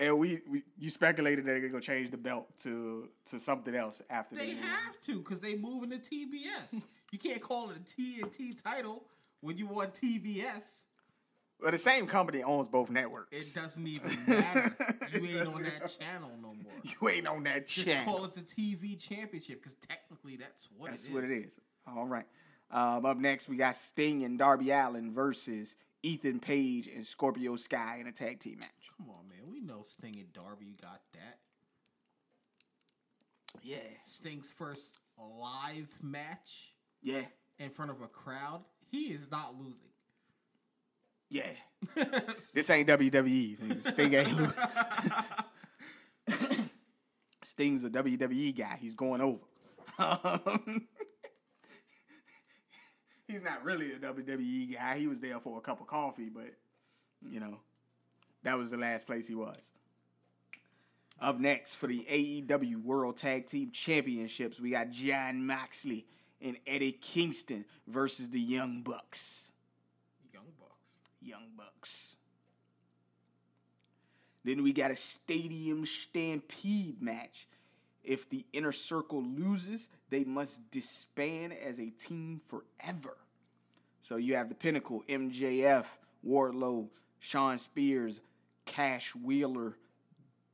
Speaker 1: and we, we, you speculated that they're gonna change the belt to to something else after
Speaker 2: [LAUGHS] They
Speaker 1: the-
Speaker 2: have to because they moving to TBS. You can't call it a TNT title when you want TBS.
Speaker 1: Well, the same company owns both networks.
Speaker 2: It doesn't even matter. You ain't on that
Speaker 1: [LAUGHS]
Speaker 2: channel no more.
Speaker 1: you ain't on that
Speaker 2: Just
Speaker 1: channel.
Speaker 2: call it the TV championship because technically that's what
Speaker 1: That's
Speaker 2: it is.
Speaker 1: what it is. All right. Um, up next, we got Sting and Darby Allen versus Ethan Page and Scorpio Sky in a tag team match.
Speaker 2: Come on, man. We know Sting and Darby got that.
Speaker 1: Yeah.
Speaker 2: Sting's first live match
Speaker 1: Yeah.
Speaker 2: in front of a crowd. He is not losing. [LAUGHS]
Speaker 1: Yeah. This ain't WWE. Sting [LAUGHS] ain't lo- Sting's a WWE guy. He's going over. Um, [LAUGHS] he's not really a WWE guy. He was there for a cup of coffee, but you know, that was the last place he was. Up next for the AEW World Tag Team Championships, we got John Moxley and Eddie Kingston versus the Young Bucks.
Speaker 2: Young Bucks.
Speaker 1: Young Bucks. Then we got a stadium stampede match. If the inner circle loses, they must disband as a team forever. So you have the Pinnacle, MJF, Wardlow, Sean Spears, Cash Wheeler,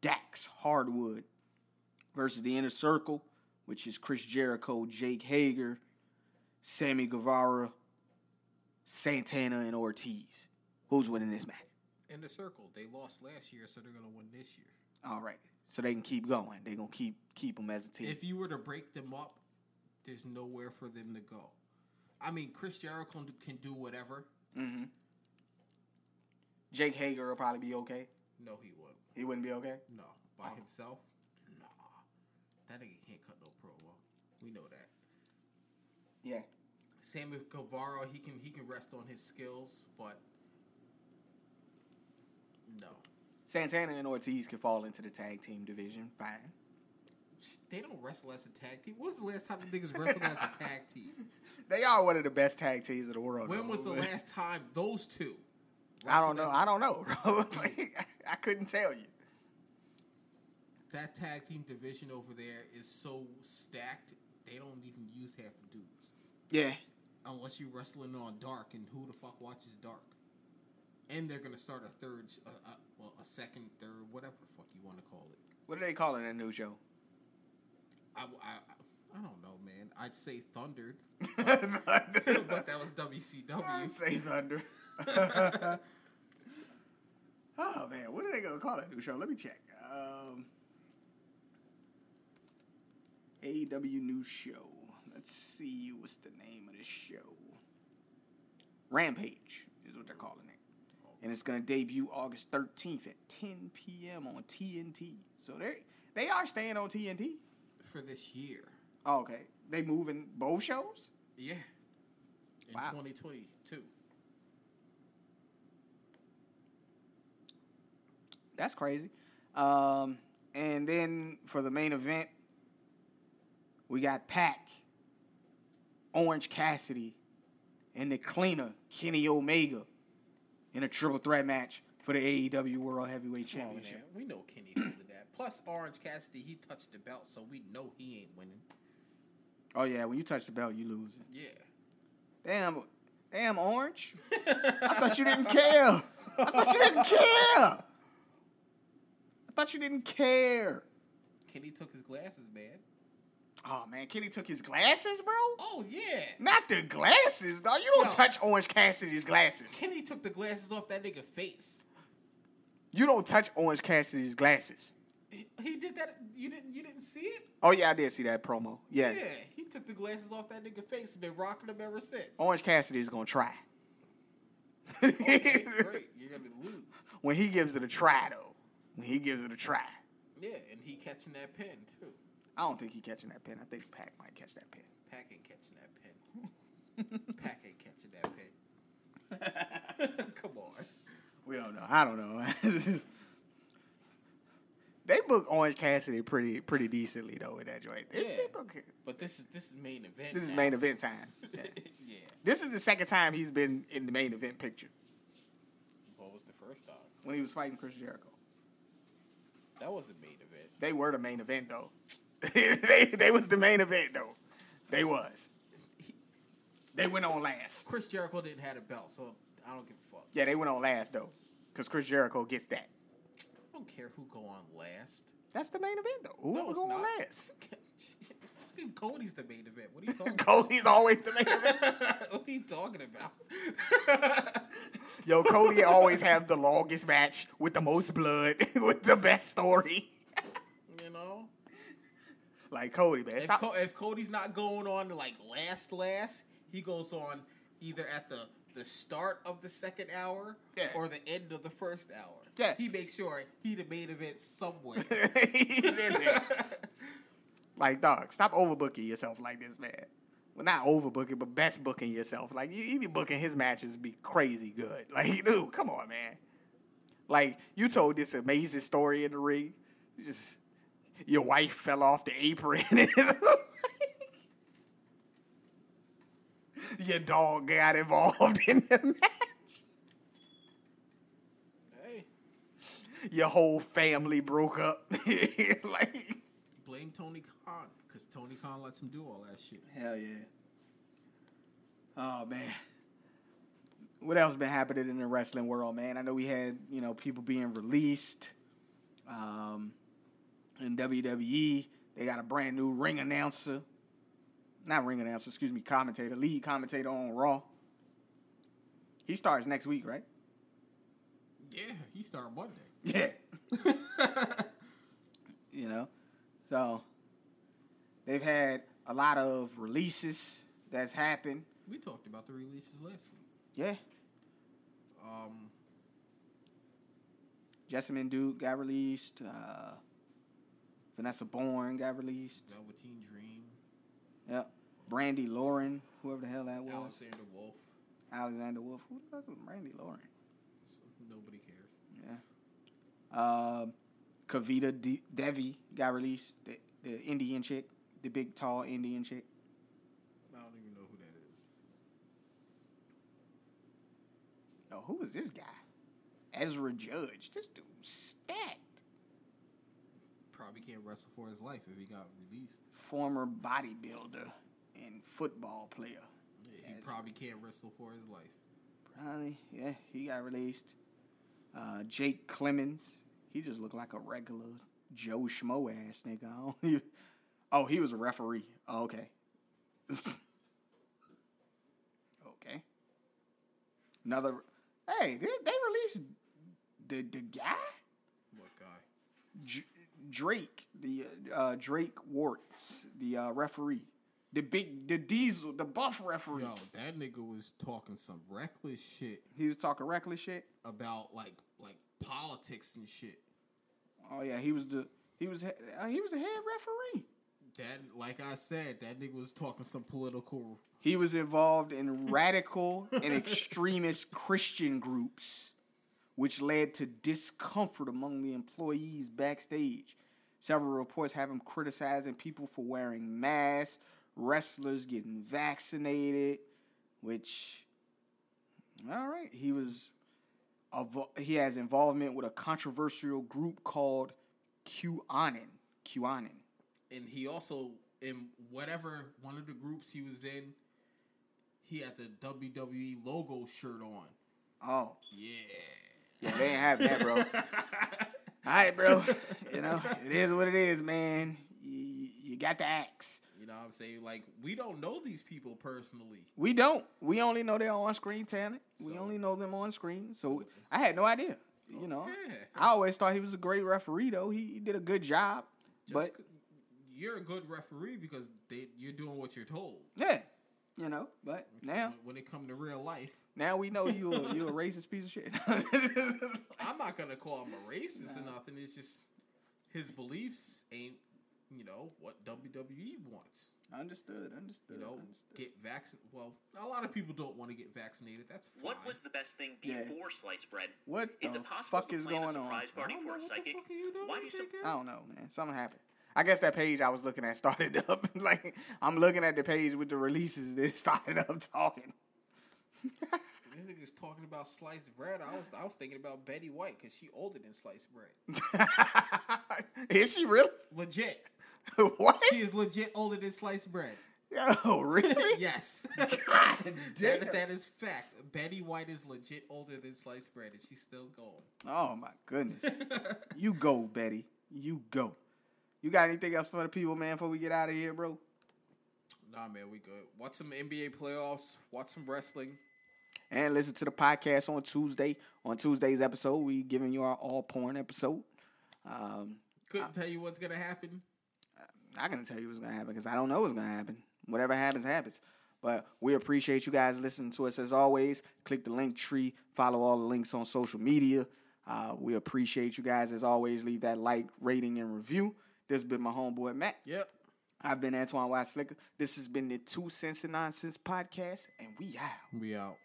Speaker 1: Dax Hardwood versus the inner circle, which is Chris Jericho, Jake Hager, Sammy Guevara, Santana, and Ortiz. Who's winning this match?
Speaker 2: In the circle, they lost last year, so they're going to win this year.
Speaker 1: All right. So they can keep going. They're going to keep keep them as a team.
Speaker 2: If you were to break them up, there's nowhere for them to go. I mean, Chris Jericho can do- can do whatever.
Speaker 1: Jake Hager will probably be okay.
Speaker 2: No, he won't.
Speaker 1: He wouldn't be okay.
Speaker 2: No, by himself. Nah, that nigga can't cut no promo. We know that.
Speaker 1: Yeah.
Speaker 2: Sammy Guevara, he can he can rest on his skills, but no,
Speaker 1: Santana and Ortiz can fall into the tag team division. Fine.
Speaker 2: they don't wrestle as a tag team. When was the last time the niggas wrestled as a tag
Speaker 1: [LAUGHS]
Speaker 2: team?
Speaker 1: They are one of the best tag teams in the world.
Speaker 2: When
Speaker 1: though.
Speaker 2: was the last time those two?
Speaker 1: I don't know.
Speaker 2: wrestled as a-
Speaker 1: I don't know, bro. [LAUGHS] Like, I couldn't tell you.
Speaker 2: that tag team division over there is so stacked they don't even use half the dudes
Speaker 1: Yeah.
Speaker 2: unless you're wrestling on dark and who the fuck watches dark and they're gonna start a third uh, uh, well a second third whatever the fuck you want to call it
Speaker 1: What are they calling that new
Speaker 2: [LAUGHS]
Speaker 1: show?
Speaker 2: I, I, I don't know man i'd say [LAUGHS] thundered
Speaker 1: Thunder.
Speaker 2: but that was
Speaker 1: I'd
Speaker 2: wcw
Speaker 1: say Thunder. [LAUGHS] oh man, what are they gonna call that new show? Let me check. Um, AEW new E show. Let's see what's the name of this show. Rampage is what they're calling it. And it's gonna debut August 13th at 10 p.m. on TNT. So they they are staying on TNT.
Speaker 2: for this year
Speaker 1: Oh, okay. They moving both shows?
Speaker 2: yeah in
Speaker 1: Wow.
Speaker 2: 2022
Speaker 1: That's crazy. Um, and then for the main event, we got Pac, Orange Cassidy, and the cleaner, Kenny Omega, in a triple threat match for the AEW World Heavyweight
Speaker 2: Come on, Oh, man.
Speaker 1: Championship.
Speaker 2: we know kenny holding that plus orange cassidy he touched the belt so we know he ain't winning
Speaker 1: Oh yeah, when you touch the belt, you losing.
Speaker 2: Yeah.
Speaker 1: Damn, damn orange. I thought you didn't care. I thought you didn't care. I thought you didn't care.
Speaker 2: Kenny took his glasses, man.
Speaker 1: Oh man, Kenny took his glasses, bro.
Speaker 2: Oh yeah.
Speaker 1: Not the glasses, dog. You don't
Speaker 2: No.
Speaker 1: touch Orange Cassidy's glasses.
Speaker 2: Kenny took the glasses off that nigga face.
Speaker 1: You don't touch Orange Cassidy's glasses.
Speaker 2: He, he did that. You didn't. You didn't see it.
Speaker 1: Oh yeah, I did see that promo. Yeah.
Speaker 2: Yeah. He took the glasses off that nigga face. Been rocking them ever since. [LAUGHS]
Speaker 1: Orange Cassidy is gonna try.
Speaker 2: Okay, great. You're gonna lose.
Speaker 1: [LAUGHS] when he gives it a try though. When he gives it a try.
Speaker 2: Yeah, and he catching that pin too.
Speaker 1: I don't think he catching that pin. I think Pac might catch that pin.
Speaker 2: Pack ain't catching that pin.
Speaker 1: [LAUGHS]
Speaker 2: Pack ain't catching that pin. Come on.
Speaker 1: We don't know. I don't know. [LAUGHS] they book Orange Cassidy pretty pretty decently though in that joint. They, they
Speaker 2: Yeah.
Speaker 1: book it.
Speaker 2: But this is this is main event.
Speaker 1: This is
Speaker 2: now.
Speaker 1: main event time.
Speaker 2: [LAUGHS] yeah.
Speaker 1: This is the second time he's been in the main event picture
Speaker 2: What was the first time?
Speaker 1: when he was fighting Chris Jericho.
Speaker 2: That was the main event.
Speaker 1: They were the main event though. [LAUGHS] they they was the main event though. They was. They went on last.
Speaker 2: Chris Jericho didn't have a belt, so I don't give a fuck.
Speaker 1: Yeah, they went on last though, because Chris Jericho gets that.
Speaker 2: I don't care who go on last. [LAUGHS]
Speaker 1: That's the main event though. Who
Speaker 2: No,
Speaker 1: was
Speaker 2: it's
Speaker 1: going
Speaker 2: not.
Speaker 1: last? [LAUGHS]
Speaker 2: Fucking Cody's the main event. What are you talking
Speaker 1: Cody's always the main event.
Speaker 2: about? [LAUGHS] what are you talking about? [LAUGHS]
Speaker 1: Yo, Cody always have the longest match with the most blood, [LAUGHS] with the best story.
Speaker 2: you know?
Speaker 1: Like Cody, man.
Speaker 2: If,
Speaker 1: Stop.
Speaker 2: Co- if Cody's not going on like last last, he goes on either at the the start of the second hour
Speaker 1: Yeah.
Speaker 2: or the end of the first hour.
Speaker 1: Yeah.
Speaker 2: He makes sure he the main event somewhere.
Speaker 1: [LAUGHS] [LAUGHS] He's in there. Like, dog, stop overbooking yourself like this, man. Well, not overbooking, but best booking yourself. Like, you, you be booking his matches be crazy good. [LAUGHS] Like, dude, come on, man. Like, you told this amazing story in the ring. You Just your wife fell off the apron. [LAUGHS] your dog got involved [LAUGHS] in the match.
Speaker 2: [LAUGHS] hey,
Speaker 1: Your whole family broke up. [LAUGHS] like,
Speaker 2: blame Tony Khan because Tony Khan lets him do all that shit.
Speaker 1: Hell yeah. Oh man. What else been happening in the wrestling world, man? I know we had, you know, people being released. Um in WWE, they got a brand new ring announcer. Not ring announcer, excuse me, commentator, lead commentator on Raw. He starts next week, right? [LAUGHS]
Speaker 2: Yeah, he started Monday.
Speaker 1: Yeah. [LAUGHS] you know? So they've had a lot of releases that's happened.
Speaker 2: We talked about the releases last week.
Speaker 1: Yeah.
Speaker 2: Um,
Speaker 1: Jessamine Duke got released. Uh, Vanessa Bourne got released.
Speaker 2: Velveteen Dream,
Speaker 1: Yep. Brandy Lauren, whoever the hell that was.
Speaker 2: Alexander Wolf.
Speaker 1: Alexander Wolf. Who the fuck was Brandy Lauren?
Speaker 2: Nobody cares.
Speaker 1: Yeah. Um, Kavita De- Devi got released. The, the Indian chick, the big tall Indian chick.
Speaker 2: I don't even know who that is.
Speaker 1: Yo, who was this guy? Ezra Judge. This dude stacked.
Speaker 2: Probably can't wrestle for his life if he got released.
Speaker 1: Former bodybuilder and football player.
Speaker 2: he
Speaker 1: As-
Speaker 2: probably can't wrestle for his life.
Speaker 1: Probably, yeah, he got released. Uh, Jake Clemens, he just looked like a regular Joe Schmo ass nigga. [LAUGHS] I don't even, oh, he was a referee. Oh, okay. [LAUGHS] okay. Another. Hey, they, they released the the guy
Speaker 2: What guy?
Speaker 1: J- Drake, the uh, Drake Warts, the uh, referee, the big, the Diesel, the buff referee.
Speaker 2: Yo, that nigga was talking some reckless shit
Speaker 1: He was talking reckless shit.
Speaker 2: about like like politics and shit.
Speaker 1: Oh yeah, he was the he was he- uh, he was the head referee.
Speaker 2: That like I said, that nigga was talking some political.
Speaker 1: He was involved in radical and extremist Christian groups, which led to discomfort among the employees backstage. Several reports have him criticizing people for wearing masks, wrestlers getting vaccinated, which all right, he was invo- he has involvement with a controversial group called QAnon. QAnon.
Speaker 2: And he also in whatever one of the groups he was in, he had the WWE logo shirt on.
Speaker 1: Oh,
Speaker 2: Yeah.
Speaker 1: yeah, they ain't have that,
Speaker 2: [LAUGHS]
Speaker 1: bro. All right, bro. You know, it is what it is, man. You, you got the axe.
Speaker 2: You know what I'm saying? Like, we don't know these people personally.
Speaker 1: We don't. We only know their on screen talent. we
Speaker 2: So-
Speaker 1: only know them on screen. So I had no idea. You know,
Speaker 2: yeah.
Speaker 1: I always thought he was a great referee, though. He, he did a good job.
Speaker 2: Just
Speaker 1: but
Speaker 2: c- you're a good referee because they, you're doing what you're told.
Speaker 1: yeah, you know. But now,
Speaker 2: When, when it come to real life,
Speaker 1: now we know you a, you a racist piece of shit. [LAUGHS]
Speaker 2: I'm not gonna call him a racist or nothing. It's just his beliefs ain't, you know, what WWE wants.
Speaker 1: understood. Understood.
Speaker 2: You know,
Speaker 1: understood.
Speaker 2: get vaccinated. Well, a lot of people don't want to get vaccinated. That's fine.
Speaker 4: What was the best thing
Speaker 1: Yeah.
Speaker 4: before sliced bread?
Speaker 1: What
Speaker 4: Is
Speaker 1: the
Speaker 4: it possible
Speaker 1: fuck
Speaker 4: to
Speaker 1: is
Speaker 4: plan
Speaker 1: going
Speaker 4: a
Speaker 1: on?
Speaker 4: surprise
Speaker 2: I
Speaker 4: party
Speaker 2: don't know
Speaker 4: for a
Speaker 2: what the
Speaker 4: psychic?
Speaker 2: fuck are you doing,
Speaker 4: Why do some
Speaker 2: nigga?
Speaker 1: I don't know, man. Something happened. I guess that page I was looking at started [LAUGHS] up. like I'm looking at the page with the releases that started up talking.
Speaker 2: This nigga's talking about sliced bread. I was I was thinking about Betty White because she older than sliced bread.
Speaker 1: [LAUGHS] is she really?
Speaker 2: Legit,
Speaker 1: what?
Speaker 2: she is legit older than sliced bread.
Speaker 1: Yo,
Speaker 2: [LAUGHS]
Speaker 1: really?
Speaker 2: Yes, That- that is fact. Betty White is legit older than sliced bread, and she's still going.
Speaker 1: [LAUGHS] Oh my goodness. you go, Betty. You go. You got anything else for the people, man? Before we get out of here, bro.
Speaker 2: Nah, man, we good. Watch some NBA playoffs. Watch some wrestling.
Speaker 1: And listen to the podcast on Tuesday. On Tuesday's episode, we giving you our all porn episode. Um,
Speaker 2: Couldn't tell you what's gonna happen.
Speaker 1: I can tell you what's gonna happen because I don't know what's gonna happen. Whatever happens, happens. But we appreciate you guys listening to us as always. Click the link tree, follow all the links on social media. Uh, we appreciate you guys as always. Leave that like, rating, and review. This has been my homeboy Matt.
Speaker 2: Yep.
Speaker 1: I've been Antoine Y. Slicker. This has been the Two Cents and Nonsense podcast, and we out.
Speaker 2: We out.